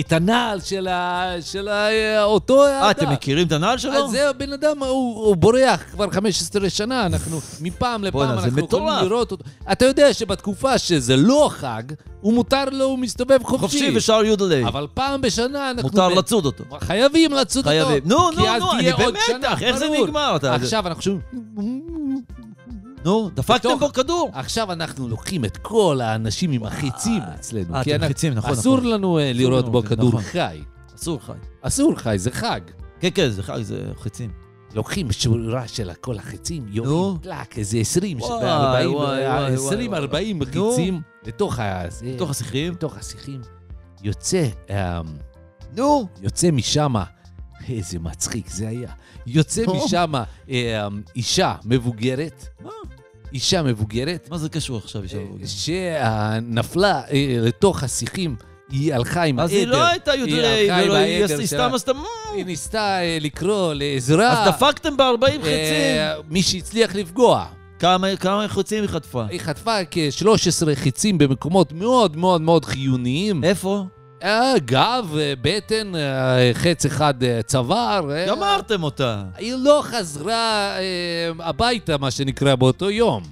[SPEAKER 3] את הנעל של, ה, של ה, אה, אותו האדם.
[SPEAKER 2] אה, אתם מכירים את הנעל שלו?
[SPEAKER 3] אז זה הבן אדם, הוא, הוא בורח כבר 15 שנה, אנחנו מפעם לפעם
[SPEAKER 2] בואנה, זה
[SPEAKER 3] אנחנו
[SPEAKER 2] מטורף.
[SPEAKER 3] יכולים לראות אותו. אתה יודע שבתקופה שזה לא חג, הוא מותר לו, הוא מסתובב חופשי.
[SPEAKER 2] חופשי ושר יודלי.
[SPEAKER 3] אבל פעם בשנה אנחנו...
[SPEAKER 2] אוקיי. מותר לצוד אותו.
[SPEAKER 3] חייבים לצוד אותו.
[SPEAKER 2] חייבים. נו,
[SPEAKER 3] כי
[SPEAKER 2] נו,
[SPEAKER 3] אז
[SPEAKER 2] נו,
[SPEAKER 3] תהיה
[SPEAKER 2] אני
[SPEAKER 3] עוד
[SPEAKER 2] במתח,
[SPEAKER 3] שנה,
[SPEAKER 2] איך זה
[SPEAKER 3] ברור.
[SPEAKER 2] נגמר? אתה-
[SPEAKER 3] עכשיו אנחנו שומעים...
[SPEAKER 2] נו, דפקתם
[SPEAKER 3] בתוך-
[SPEAKER 2] בו כדור.
[SPEAKER 3] עכשיו אנחנו לוקחים את כל האנשים עם החיצים אצלנו.
[SPEAKER 2] אה,
[SPEAKER 3] כי
[SPEAKER 2] אתם
[SPEAKER 3] אנחנו-
[SPEAKER 2] חיצים, נכון,
[SPEAKER 3] כן, אסור
[SPEAKER 2] נכון.
[SPEAKER 3] לנו אה, לראות
[SPEAKER 2] לנו,
[SPEAKER 3] בו
[SPEAKER 2] זה
[SPEAKER 3] כדור
[SPEAKER 2] נכון.
[SPEAKER 3] חי.
[SPEAKER 2] אסור חי.
[SPEAKER 3] אסור חי, זה חג.
[SPEAKER 2] כן, כן, זה חי, זה חצים.
[SPEAKER 3] לוקחים שורה של כל החצים,
[SPEAKER 2] נו.
[SPEAKER 3] יורים טלק, איזה 20,
[SPEAKER 2] וואי,
[SPEAKER 3] ו-40,
[SPEAKER 2] וואי, וואי,
[SPEAKER 3] 20,
[SPEAKER 2] וואי.
[SPEAKER 3] 40
[SPEAKER 2] נו.
[SPEAKER 3] חיצים לתוך ה... זה-
[SPEAKER 2] בתוך השיחים.
[SPEAKER 3] לתוך השיחים. יוצא... אה,
[SPEAKER 2] נו.
[SPEAKER 3] יוצא משם, איזה מצחיק זה היה, יוצא
[SPEAKER 2] או.
[SPEAKER 3] משם אה, אישה מבוגרת,
[SPEAKER 2] מה? אוקיי.
[SPEAKER 3] אישה מבוגרת,
[SPEAKER 2] מה זה קשור
[SPEAKER 3] אה,
[SPEAKER 2] עכשיו, אישה מבוגרת?
[SPEAKER 3] שנפלה אה, לתוך השיחים, אה, היא הלכה עם
[SPEAKER 2] אז היא
[SPEAKER 3] העדר,
[SPEAKER 2] לא הייתה יודלי,
[SPEAKER 3] הלכה עם
[SPEAKER 2] ולא- היא
[SPEAKER 3] העדר
[SPEAKER 2] היא
[SPEAKER 3] שלה.
[SPEAKER 2] סתם עשתה...
[SPEAKER 3] היא ניסתה אה, לקרוא לעזרה,
[SPEAKER 2] אז דפקתם ב-40 חצים.
[SPEAKER 3] אה, מי שהצליח לפגוע.
[SPEAKER 2] כמה- כמה חצים היא חטפה?
[SPEAKER 3] היא חטפה כ-13 חיצים במקומות מאוד מאוד מאוד חיוניים.
[SPEAKER 2] איפה?
[SPEAKER 3] אה, גב, אה, בטן, אה, חץ אחד אה, צוואר. אה,
[SPEAKER 2] גמרתם אותה.
[SPEAKER 3] היא לא חזרה אה, הביתה, מה שנקרא, באותו יום.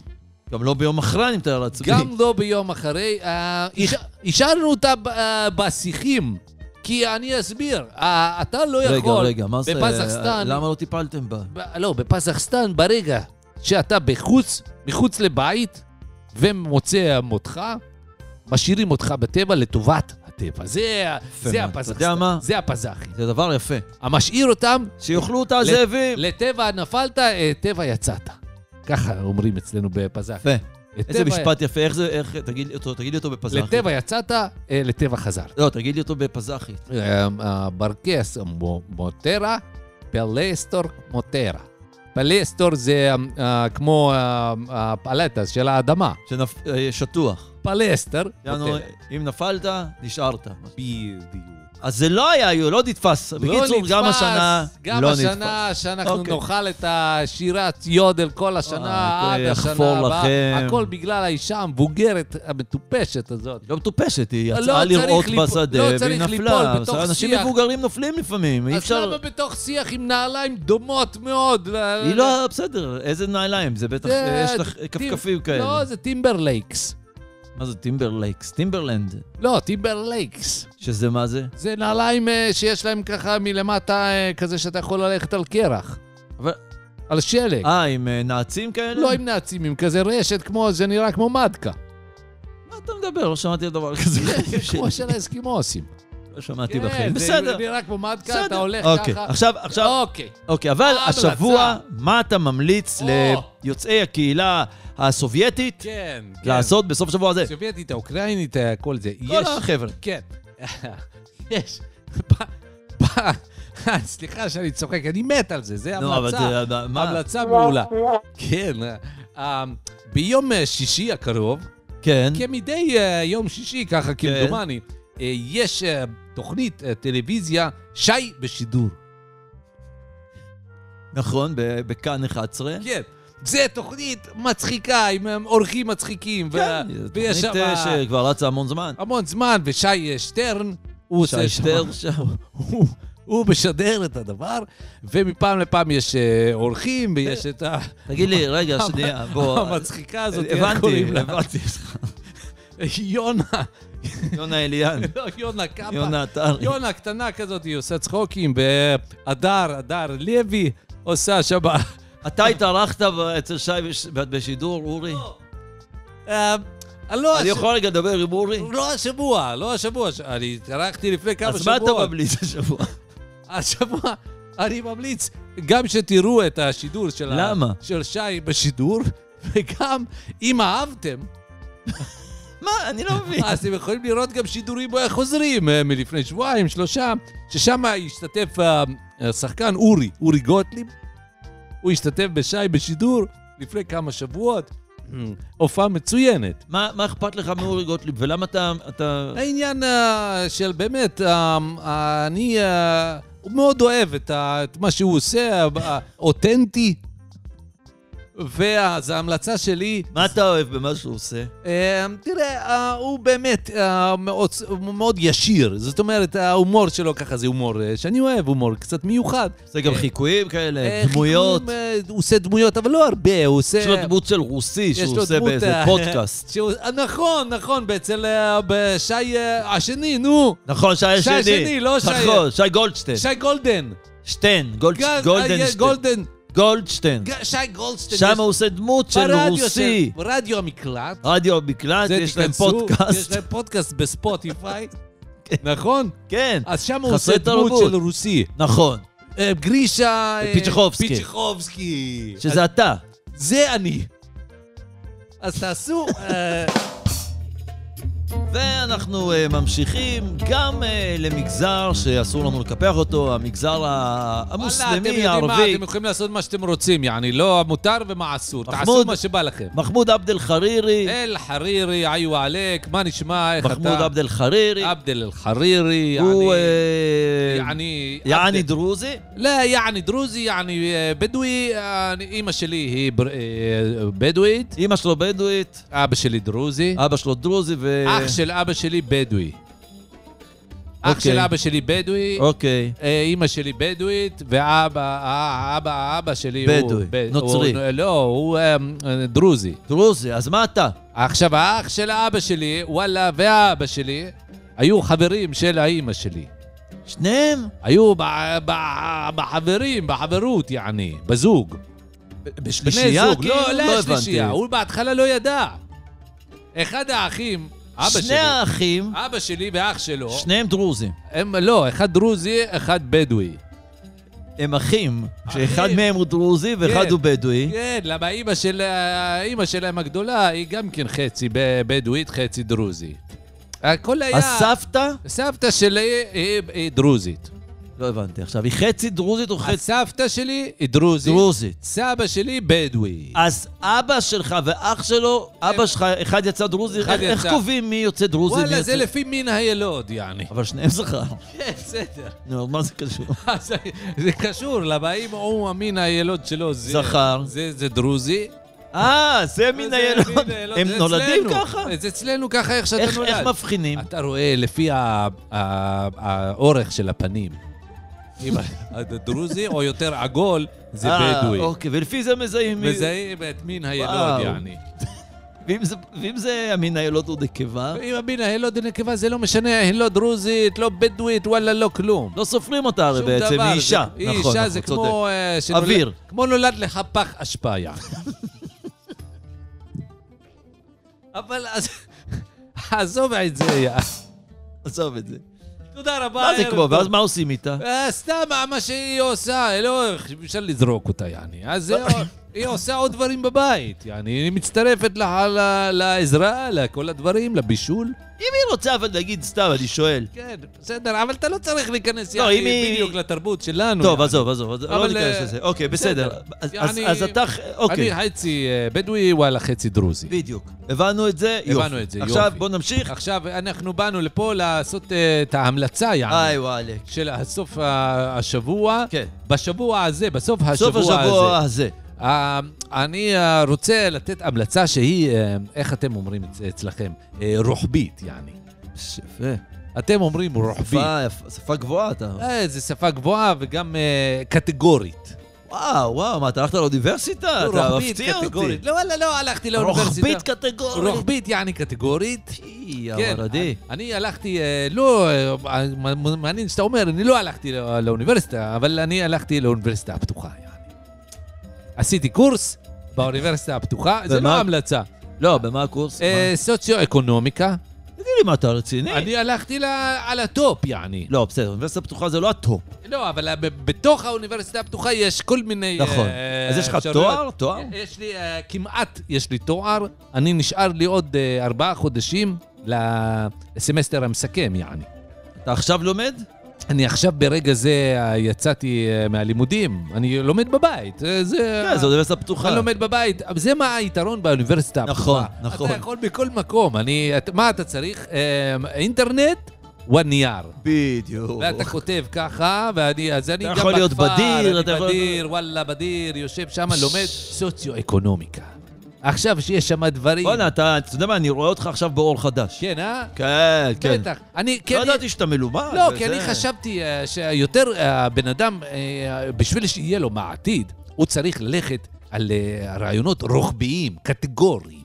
[SPEAKER 2] גם לא ביום אחרי, אני מתאר לעצמי.
[SPEAKER 3] גם לא ביום אחרי. אה, הש- השארנו אותה ב- אה, בשיחים, כי אני אסביר. אה, אתה לא
[SPEAKER 2] רגע,
[SPEAKER 3] יכול...
[SPEAKER 2] רגע, מה זה?
[SPEAKER 3] בפזחסטן...
[SPEAKER 2] למה לא טיפלתם בה?
[SPEAKER 3] ב- לא, בפזחסטן, ברגע שאתה בחוץ, מחוץ לבית, ומוצא מותך, משאירים אותך בטבע לטובת הטבע. זה, ה-
[SPEAKER 2] יפה מאוד.
[SPEAKER 3] זה
[SPEAKER 2] אתה יודע
[SPEAKER 3] הפזחסטן,
[SPEAKER 2] מה?
[SPEAKER 3] זה הפזחים.
[SPEAKER 2] זה דבר יפה.
[SPEAKER 3] המשאיר אותם
[SPEAKER 2] שיאכלו אותה הזאבים.
[SPEAKER 3] לטבע נפלת, אה, טבע יצאת. ככה אומרים אצלנו בפזח.
[SPEAKER 2] יפה. איזה
[SPEAKER 3] לטבע-
[SPEAKER 2] משפט יפה, איך זה, איך, תגיד לי אותו, תגיד לי אותו בפזחית.
[SPEAKER 3] לטבע יצאת, אה, לטבע חזרת. אמ, אה,
[SPEAKER 2] לא, תגיד לי אותו בפזחית.
[SPEAKER 3] ברקס מוטרה, פלסטור מוטרה. פלסטור זה אה, כמו אה, הפלטה של האדמה.
[SPEAKER 2] שנפ- אה, שטוח.
[SPEAKER 3] פלסטר.
[SPEAKER 2] יענו,
[SPEAKER 3] מוטרה.
[SPEAKER 2] אם נפלת, נשארת.
[SPEAKER 3] בדיוק.
[SPEAKER 2] אז זה לא היה, יו, לא נתפס. בקיצור, גם השנה
[SPEAKER 3] גם
[SPEAKER 2] לא
[SPEAKER 3] השנה, שאנחנו
[SPEAKER 2] אוקיי.
[SPEAKER 3] נאכל את השירת יודל כל השנה,
[SPEAKER 2] אה,
[SPEAKER 3] עד
[SPEAKER 2] יחפור
[SPEAKER 3] השנה הבאה.
[SPEAKER 2] לכם.
[SPEAKER 3] הכל בגלל האישה המבוגרת המטופשת הזאת.
[SPEAKER 2] היא לא מטופשת, היא
[SPEAKER 3] לא
[SPEAKER 2] יצאה
[SPEAKER 3] צריך
[SPEAKER 2] לראות
[SPEAKER 3] ליפול-
[SPEAKER 2] בשדה,
[SPEAKER 3] לא
[SPEAKER 2] והיא
[SPEAKER 3] צריך
[SPEAKER 2] נפלה.
[SPEAKER 3] ליפול בתוך
[SPEAKER 2] אנשים
[SPEAKER 3] שיח.
[SPEAKER 2] מבוגרים נופלים לפעמים, אי
[SPEAKER 3] אז
[SPEAKER 2] אפשר...
[SPEAKER 3] למה בתוך שיח עם נעליים דומות מאוד? ל-
[SPEAKER 2] היא לא, בסדר, איזה נעליים? זה בטח,
[SPEAKER 3] זה-
[SPEAKER 2] יש לך כפכפים
[SPEAKER 3] טימ-
[SPEAKER 2] כאלה.
[SPEAKER 3] לא, זה טימברלייקס.
[SPEAKER 2] מה זה טימברלייקס? טימברלנד.
[SPEAKER 3] לא, טימברלייקס.
[SPEAKER 2] שזה מה זה?
[SPEAKER 3] זה נעליים אה, שיש להם ככה מלמטה, אה, כזה שאתה יכול ללכת על קרח,
[SPEAKER 2] אבל-
[SPEAKER 3] על שלג.
[SPEAKER 2] אה, עם אה, נעצים כאלה?
[SPEAKER 3] לא עם נעצים, עם כזה רשת כמו, זה נראה כמו מדקה.
[SPEAKER 2] כן, מה אתה מדבר? לא שמעתי על דבר כזה. בחיים שלי.
[SPEAKER 3] כמו של האסקימוסים.
[SPEAKER 2] לא שמעתי
[SPEAKER 3] כן,
[SPEAKER 2] בחיים.
[SPEAKER 3] זה
[SPEAKER 2] בסדר.
[SPEAKER 3] נראה כמו מדקה, אתה
[SPEAKER 2] בסדר.
[SPEAKER 3] הולך
[SPEAKER 2] אוקיי,
[SPEAKER 3] ככה.
[SPEAKER 2] עכשיו, עכשיו,
[SPEAKER 3] אוקיי.
[SPEAKER 2] אוקיי, אבל
[SPEAKER 3] אה, המלצה.
[SPEAKER 2] השבוע, מה אתה ממליץ
[SPEAKER 3] או.
[SPEAKER 2] ליוצאי הקהילה הסובייטית
[SPEAKER 3] כן, כן.
[SPEAKER 2] לעשות בסוף השבוע הזה?
[SPEAKER 3] הסובייטית, האוקראינית, אה, כל זה.
[SPEAKER 2] כל
[SPEAKER 3] יש-
[SPEAKER 2] החבר'ה.
[SPEAKER 3] כן. יש. פ- פ- סליחה שאני צוחק, אני מת על זה, זה
[SPEAKER 2] נו, אבל
[SPEAKER 3] המלצה.
[SPEAKER 2] זה... אה, מה?
[SPEAKER 3] המלצה מעולה. כן. אה, ביום אה, שישי הקרוב,
[SPEAKER 2] כן.
[SPEAKER 3] כמדי אה, יום שישי, ככה כמדומני, אה, יש אה, תוכנית אה, טלוויזיה, שי בשידור.
[SPEAKER 2] נכון, ב- בכאן 11.
[SPEAKER 3] כן. זה תוכנית מצחיקה, עם אה, אורחים מצחיקים.
[SPEAKER 2] כן,
[SPEAKER 3] ו-
[SPEAKER 2] זו
[SPEAKER 3] ויש
[SPEAKER 2] תוכנית אה,
[SPEAKER 3] שם
[SPEAKER 2] שכבר רצה המון זמן.
[SPEAKER 3] המון זמן, ושי אה, שטרן, הוא
[SPEAKER 2] שי
[SPEAKER 3] עושה שם-
[SPEAKER 2] שטר שם.
[SPEAKER 3] הוא- הוא משדר את הדבר, ומפעם לפעם יש אה, אורחים, ויש את ה-
[SPEAKER 2] תגיד לי, רגע, שנייה, בוא.
[SPEAKER 3] המצחיקה הזאת, איך
[SPEAKER 2] הבנתי,
[SPEAKER 3] קוראים לה?
[SPEAKER 2] הבנתי.
[SPEAKER 3] יונה,
[SPEAKER 2] יונה אליאן,
[SPEAKER 3] לא, יונה קאפה.
[SPEAKER 2] יונה עטרי.
[SPEAKER 3] יונה קטנה כזאת, היא עושה צחוקים, והדר, הדר לוי, עושה שם...
[SPEAKER 2] אתה התארחת ב- אצל שי בש- בשידור, אורי?
[SPEAKER 3] אה, לא
[SPEAKER 2] אני
[SPEAKER 3] הש-
[SPEAKER 2] יכול רגע לדבר עם אורי?
[SPEAKER 3] לא השבוע, לא השבוע, ש- אני התארחתי לפני כמה
[SPEAKER 2] אז מה
[SPEAKER 3] שבועות.
[SPEAKER 2] אתה ממליץ השבוע?
[SPEAKER 3] השבוע אני ממליץ גם שתראו את השידור של,
[SPEAKER 2] למה?
[SPEAKER 3] ה... של שי בשידור, וגם אם אהבתם,
[SPEAKER 2] מה, אני לא מבין.
[SPEAKER 3] אז אתם יכולים לראות גם שידורים אה, חוזרים אה, מלפני שבועיים, שלושה, ששם השתתף אה, השחקן אורי, אורי גוטליב. הוא השתתף בשי בשידור לפני כמה שבועות. אמ, הופעה מצוינת.
[SPEAKER 2] מה מה אכפת לך מאורי גוטליב, ולמה אתה... אתה-
[SPEAKER 3] העניין אה, של באמת, אה, אה, אני אה, מאוד אוהב את ה- את מה שהוא עושה, אה, אה, אותנטי. ואז ההמלצה שלי
[SPEAKER 2] מה אתה אוהב במה שהוא עושה?
[SPEAKER 3] אה, תראה, אה, הוא באמת אה, מאוד, הוא מאוד ישיר. זאת אומרת, ההומור שלו ככה זה הומור אה, שאני אוהב, הומור קצת מיוחד.
[SPEAKER 2] זה גם
[SPEAKER 3] אה,
[SPEAKER 2] חיקויים כאלה,
[SPEAKER 3] אה,
[SPEAKER 2] דמויות.
[SPEAKER 3] חיקויים, אה, הוא עושה דמויות, אבל לא הרבה, הוא עושה...
[SPEAKER 2] יש לו דמות של רוסי
[SPEAKER 3] יש
[SPEAKER 2] שהוא
[SPEAKER 3] לו
[SPEAKER 2] עושה
[SPEAKER 3] דמות,
[SPEAKER 2] באיזה
[SPEAKER 3] אה,
[SPEAKER 2] פודקאסט.
[SPEAKER 3] שהוא- אה, נכון, נכון, אצל אה, בשי אה, השני, נו.
[SPEAKER 2] נכון, שי
[SPEAKER 3] אה, שי
[SPEAKER 2] השני.
[SPEAKER 3] השני, לא שי-
[SPEAKER 2] נכון, שי גולדשטיין.
[SPEAKER 3] שי גולדן.
[SPEAKER 2] שטיין, גולד-
[SPEAKER 3] גל- אה,
[SPEAKER 2] גולדנשטיין.
[SPEAKER 3] גולדן.
[SPEAKER 2] גולדשטיין.
[SPEAKER 3] ג- שי גולדשטיין.
[SPEAKER 2] שם
[SPEAKER 3] יש-
[SPEAKER 2] הוא עושה דמות של
[SPEAKER 3] ברדיו
[SPEAKER 2] רוסי.
[SPEAKER 3] של- רדיו המקלט.
[SPEAKER 2] רדיו מקלט,
[SPEAKER 3] זה
[SPEAKER 2] יש להם
[SPEAKER 3] תיכנסו,
[SPEAKER 2] פודקאסט.
[SPEAKER 3] יש להם פודקאסט בספוטיפיי. נכון?
[SPEAKER 2] כן,
[SPEAKER 3] אז שם הוא
[SPEAKER 2] חסרי
[SPEAKER 3] עושה דמות
[SPEAKER 2] תרבות.
[SPEAKER 3] של רוסי.
[SPEAKER 2] נכון.
[SPEAKER 3] אה, גרישה... אה,
[SPEAKER 2] פיצ'חובסקי.
[SPEAKER 3] פיצ'חובסקי. אז
[SPEAKER 2] שזה אתה.
[SPEAKER 3] זה אני. אז תעשו... אה,
[SPEAKER 2] ואנחנו אה, ממשיכים גם אה, למגזר שאסור לנו לקפח אותו, המגזר ה-
[SPEAKER 3] וואלה, אתם
[SPEAKER 2] המוסלמי,
[SPEAKER 3] יודעים מה,
[SPEAKER 2] הערבי.
[SPEAKER 3] אתם יכולים לעשות מה שאתם רוצים, יעני, לא מותר ומה אסור. תעשו
[SPEAKER 2] מחמוד.
[SPEAKER 3] מה שבא לכם.
[SPEAKER 2] מחמוד עבד אל-חרירי,
[SPEAKER 3] אל חרירי, עיו עלק, מה נשמע, איך אתה?
[SPEAKER 2] מחמוד עבד אל-חרירי,
[SPEAKER 3] עבד אל חרירי,
[SPEAKER 2] הוא
[SPEAKER 3] יעני-
[SPEAKER 2] אה,
[SPEAKER 3] יעני...
[SPEAKER 2] יעני
[SPEAKER 3] עבד-
[SPEAKER 2] דרוזי,
[SPEAKER 3] לא, יעני דרוזי, יעני אה, בדואי, אה, אני- אימא שלי היא בר- אה, בדואית,
[SPEAKER 2] אמא שלו בדואית,
[SPEAKER 3] אבא שלי דרוזי,
[SPEAKER 2] אבא שלו דרוזי ו...
[SPEAKER 3] אח של אבא שלי בדואי. אח
[SPEAKER 2] אוקיי.
[SPEAKER 3] של אבא שלי בדואי,
[SPEAKER 2] אוקיי.
[SPEAKER 3] אה, אימא שלי בדואית, ואבא, אה, אבא, אבא שלי הוא...
[SPEAKER 2] בדואי,
[SPEAKER 3] ב-
[SPEAKER 2] נוצרי.
[SPEAKER 3] הוא- לא, הוא אה, אה, דרוזי.
[SPEAKER 2] דרוזי, אז מה אתה?
[SPEAKER 3] עכשיו, האח של אבא שלי, וואלה, והאבא שלי, היו חברים של האימא שלי.
[SPEAKER 2] שניהם?
[SPEAKER 3] היו ב- ב- בחברים, בחברות, יעני, בזוג.
[SPEAKER 2] בשלישייה?
[SPEAKER 3] בני זוג,
[SPEAKER 2] כאילו?
[SPEAKER 3] לא, לא שלישייה,
[SPEAKER 2] הבנתי.
[SPEAKER 3] הוא בהתחלה לא ידע. אחד האחים, אבא שלי, אה, לא.
[SPEAKER 2] שני האחים,
[SPEAKER 3] אבא שלי ואח שלו,
[SPEAKER 2] שניהם דרוזים.
[SPEAKER 3] הם לא, אחד דרוזי, אחד בדואי.
[SPEAKER 2] הם אחים, שאחד
[SPEAKER 3] אחים.
[SPEAKER 2] מהם הוא דרוזי ואחד
[SPEAKER 3] כן.
[SPEAKER 2] הוא בדואי.
[SPEAKER 3] כן, למה אימא של... אימא שלהם הגדולה היא גם כן חצי ב- בדואית, חצי דרוזי. הכל היה...
[SPEAKER 2] הסבתא?
[SPEAKER 3] סבתא שלי היא, היא דרוזית.
[SPEAKER 2] לא הבנתי עכשיו, היא חצי דרוזית או חצי
[SPEAKER 3] הסבתא שלי היא דרוזית.
[SPEAKER 2] דרוזית?
[SPEAKER 3] סבא שלי בדואי.
[SPEAKER 2] אז אבא שלך ואח שלו, אבא שלך, אחד יצא דרוזי,
[SPEAKER 3] אחד
[SPEAKER 2] איך- איך
[SPEAKER 3] יצא.
[SPEAKER 2] קובעים מי יוצא דרוזי? מי
[SPEAKER 3] וואלה, זה
[SPEAKER 2] יוצא-
[SPEAKER 3] לפי מין הילוד, יעני.
[SPEAKER 2] אבל שניהם זכר.
[SPEAKER 3] כן, בסדר.
[SPEAKER 2] נו, אז מה זה קשור?
[SPEAKER 3] אז אה, זה קשור, למה אם הוא המין הילוד שלו זה...
[SPEAKER 2] זכר.
[SPEAKER 3] זה זה דרוזי.
[SPEAKER 2] אה, זה מן
[SPEAKER 3] וזה
[SPEAKER 2] הילוד.
[SPEAKER 3] מין הילוד,
[SPEAKER 2] הם
[SPEAKER 3] זה
[SPEAKER 2] נולדים
[SPEAKER 3] אצלנו.
[SPEAKER 2] ככה?
[SPEAKER 3] זה אצלנו ככה, איך שאתה
[SPEAKER 2] איך
[SPEAKER 3] נולד. אה,
[SPEAKER 2] איך מבחינים?
[SPEAKER 3] אתה רואה לפי ה- ה- האורך של הפנים. אם אתה דרוזי או יותר עגול, זה
[SPEAKER 2] אה,
[SPEAKER 3] בדואי.
[SPEAKER 2] אוקיי, ולפי זה מזהים מי...
[SPEAKER 3] מזהים את מין
[SPEAKER 2] וואו.
[SPEAKER 3] הילוד, יעני.
[SPEAKER 2] ואם זה- ואם זה המין הילוד הוא נקבה?
[SPEAKER 3] אם המין הילוד נקבה, זה לא משנה, היא לא דרוזית, לא בדואית, וואלה, לא כלום.
[SPEAKER 2] לא סופרים אותה הרי
[SPEAKER 3] שום
[SPEAKER 2] בעצם,
[SPEAKER 3] דבר,
[SPEAKER 2] היא
[SPEAKER 3] זה-
[SPEAKER 2] אישה.
[SPEAKER 3] היא
[SPEAKER 2] נכון,
[SPEAKER 3] אישה
[SPEAKER 2] נכון,
[SPEAKER 3] זה
[SPEAKER 2] צודק.
[SPEAKER 3] כמו... אה, שנולד-
[SPEAKER 2] אוויר.
[SPEAKER 3] כמו נולד לך פח אשפה, יעני. אבל אז... עזוב את זה, יעני.
[SPEAKER 2] עזוב את זה.
[SPEAKER 3] תודה רבה.
[SPEAKER 2] מה זה
[SPEAKER 3] ערב
[SPEAKER 2] כמו?
[SPEAKER 3] טוב.
[SPEAKER 2] ואז מה עושים איתה?
[SPEAKER 3] אה, סתם, מה שהיא עושה, לא, אפשר לזרוק אותה, יעני. אז היא- היא עושה עוד דברים בבית, יעני. היא מצטרפת לה- לה- לעזרה, לכל הדברים, לבישול.
[SPEAKER 2] אם היא רוצה, אבל נגיד סתם, אני שואל.
[SPEAKER 3] כן, בסדר, אבל אתה לא צריך להיכנס,
[SPEAKER 2] לא, אם
[SPEAKER 3] יעני,
[SPEAKER 2] היא-
[SPEAKER 3] בדיוק לתרבות שלנו.
[SPEAKER 2] טוב,
[SPEAKER 3] יעני.
[SPEAKER 2] עזוב, עזוב, עזוב, לא
[SPEAKER 3] אבל,
[SPEAKER 2] ניכנס
[SPEAKER 3] אה,
[SPEAKER 2] לזה. אוקיי, בסדר. אז- אז-
[SPEAKER 3] אני-
[SPEAKER 2] אז אתה... אוקיי,
[SPEAKER 3] אני חצי אה, בדואי, וואלה, חצי דרוזי.
[SPEAKER 2] בדיוק. הבנו את זה?
[SPEAKER 3] הבנו
[SPEAKER 2] יופי.
[SPEAKER 3] את זה,
[SPEAKER 2] עכשיו
[SPEAKER 3] יופי.
[SPEAKER 2] בוא נמשיך.
[SPEAKER 3] עכשיו, אנחנו באנו לפה לעשות אה, את ההמלצה, יעני.
[SPEAKER 2] איי וואלק.
[SPEAKER 3] של סוף ה- השבוע,
[SPEAKER 2] כן.
[SPEAKER 3] בשבוע הזה, בסוף השבוע הזה.
[SPEAKER 2] סוף השבוע הזה.
[SPEAKER 3] אה, אני אה, רוצה לתת המלצה שהיא, אה, איך אתם אומרים את זה אצלכם? אה, רוחבית, יעני.
[SPEAKER 2] יפה.
[SPEAKER 3] אתם אומרים רוחבית.
[SPEAKER 2] שפה יפה- שפה גבוהה אתה.
[SPEAKER 3] אה, זו שפה גבוהה וגם אה, קטגורית.
[SPEAKER 2] וואו, וואו, מה, אתה הלכת לאוניברסיטה? אה, אתה
[SPEAKER 3] רוחבית,
[SPEAKER 2] מפתיע אותי.
[SPEAKER 3] קטגורית. לא, לא, לא, הלכתי לאוניברסיטה.
[SPEAKER 2] רוחבית קטגורית.
[SPEAKER 3] רוחבית, יעני קטגורית.
[SPEAKER 2] אי,
[SPEAKER 3] כן,
[SPEAKER 2] המרדי.
[SPEAKER 3] אני הלכתי, אה, לא, אה, מעניין שאתה אומר, אני לא הלכתי לא- לאוניברסיטה, אבל אני הלכתי לאוניברסיטה הפתוחה, יעני. עשיתי קורס באוניברסיטה הפתוחה, זה לא
[SPEAKER 2] ומה-
[SPEAKER 3] המלצה.
[SPEAKER 2] לא, במה הקורס?
[SPEAKER 3] אה,
[SPEAKER 2] מה?
[SPEAKER 3] סוציו-אקונומיקה.
[SPEAKER 2] תגיד לי מה, אתה רציני?
[SPEAKER 3] אני הלכתי ל- על הטופ, יעני.
[SPEAKER 2] לא, בסדר, אוניברסיטה פתוחה זה לא הטופ.
[SPEAKER 3] לא, אבל ב- בתוך האוניברסיטה הפתוחה יש כל מיני...
[SPEAKER 2] נכון.
[SPEAKER 3] אה,
[SPEAKER 2] אז יש לך
[SPEAKER 3] אפשרויות.
[SPEAKER 2] תואר? תואר?
[SPEAKER 3] יש לי, אה, כמעט יש לי תואר. אני נשאר לי עוד אה, ארבעה חודשים לסמסטר המסכם, יעני.
[SPEAKER 2] אתה עכשיו לומד?
[SPEAKER 3] אני עכשיו ברגע זה אה, יצאתי אה, מהלימודים, אני לומד בבית. אה, זה...
[SPEAKER 2] כן, זו אוניברסיטה פתוחה.
[SPEAKER 3] אני לומד בבית, אבל זה מה היתרון באוניברסיטה.
[SPEAKER 2] נכון,
[SPEAKER 3] הפתוחה.
[SPEAKER 2] נכון.
[SPEAKER 3] אתה יכול בכל מקום, אני, את- מה אתה צריך? אה, אינטרנט ונייר.
[SPEAKER 2] בדיוק.
[SPEAKER 3] ואתה כותב ככה, ואני, אז אני
[SPEAKER 2] אתה
[SPEAKER 3] גם
[SPEAKER 2] יכול להיות
[SPEAKER 3] בכפר,
[SPEAKER 2] בדיר,
[SPEAKER 3] אני
[SPEAKER 2] אתה יכול-
[SPEAKER 3] בדיר, וואלה, בדיר, יושב שם, לומד סוציו-אקונומיקה. עכשיו שיש שם דברים...
[SPEAKER 2] בואנה, אתה, אתה יודע מה, אני רואה אותך עכשיו באור חדש.
[SPEAKER 3] כן, אה?
[SPEAKER 2] כן, כן.
[SPEAKER 3] בטח. אני, כי
[SPEAKER 2] לא
[SPEAKER 3] אני-
[SPEAKER 2] ידעתי שאתה מלומד.
[SPEAKER 3] לא,
[SPEAKER 2] וזה-
[SPEAKER 3] כי אני חשבתי אה, שיותר אה, בן אדם, אה, בשביל שיהיה לו מעתיד, הוא צריך ללכת על אה, רעיונות רוחביים, קטגוריים.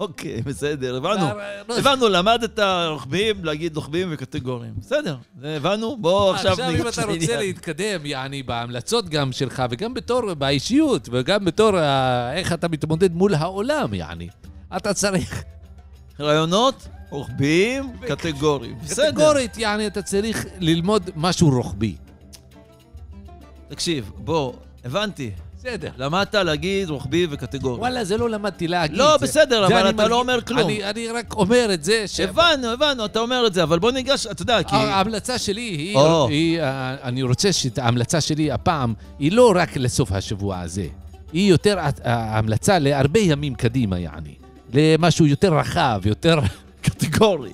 [SPEAKER 2] אוקיי, בסדר, הבנו.
[SPEAKER 3] והרעיונות-
[SPEAKER 2] הבנו, למדת רוחביים, להגיד רוחביים וקטגוריים. בסדר, זה הבנו, בוא עכשיו
[SPEAKER 3] עכשיו אם אתה רוצה
[SPEAKER 2] לעניין.
[SPEAKER 3] להתקדם, יעני, בהמלצות גם שלך, וגם בתור, באישיות, וגם בתור אה, איך אתה מתמודד מול העולם, יעני. אתה צריך,
[SPEAKER 2] רעיונות, רוחביים, קטגוריים. בסדר.
[SPEAKER 3] קטגורית, יעני, אתה צריך ללמוד משהו רוחבי.
[SPEAKER 2] תקשיב, בוא, הבנתי.
[SPEAKER 3] בסדר.
[SPEAKER 2] למדת להגיד רוחבי וקטגורי.
[SPEAKER 3] וואלה, זה לא למדתי להגיד.
[SPEAKER 2] לא,
[SPEAKER 3] זה-
[SPEAKER 2] בסדר,
[SPEAKER 3] זה
[SPEAKER 2] אבל
[SPEAKER 3] אני
[SPEAKER 2] אתה לא
[SPEAKER 3] מרגיש-
[SPEAKER 2] אומר כלום.
[SPEAKER 3] אני- אני רק אומר את זה, ש...
[SPEAKER 2] הבנו, הבנו, אתה אומר את זה, אבל בוא ניגש, אתה יודע, כי...
[SPEAKER 3] ההמלצה שלי היא,
[SPEAKER 2] או.
[SPEAKER 3] היא, אה, אני רוצה שההמלצה שלי הפעם היא לא רק לסוף השבוע הזה, היא יותר אה, ההמלצה להרבה ימים קדימה, יעני. למשהו יותר רחב, יותר
[SPEAKER 2] קטגורי.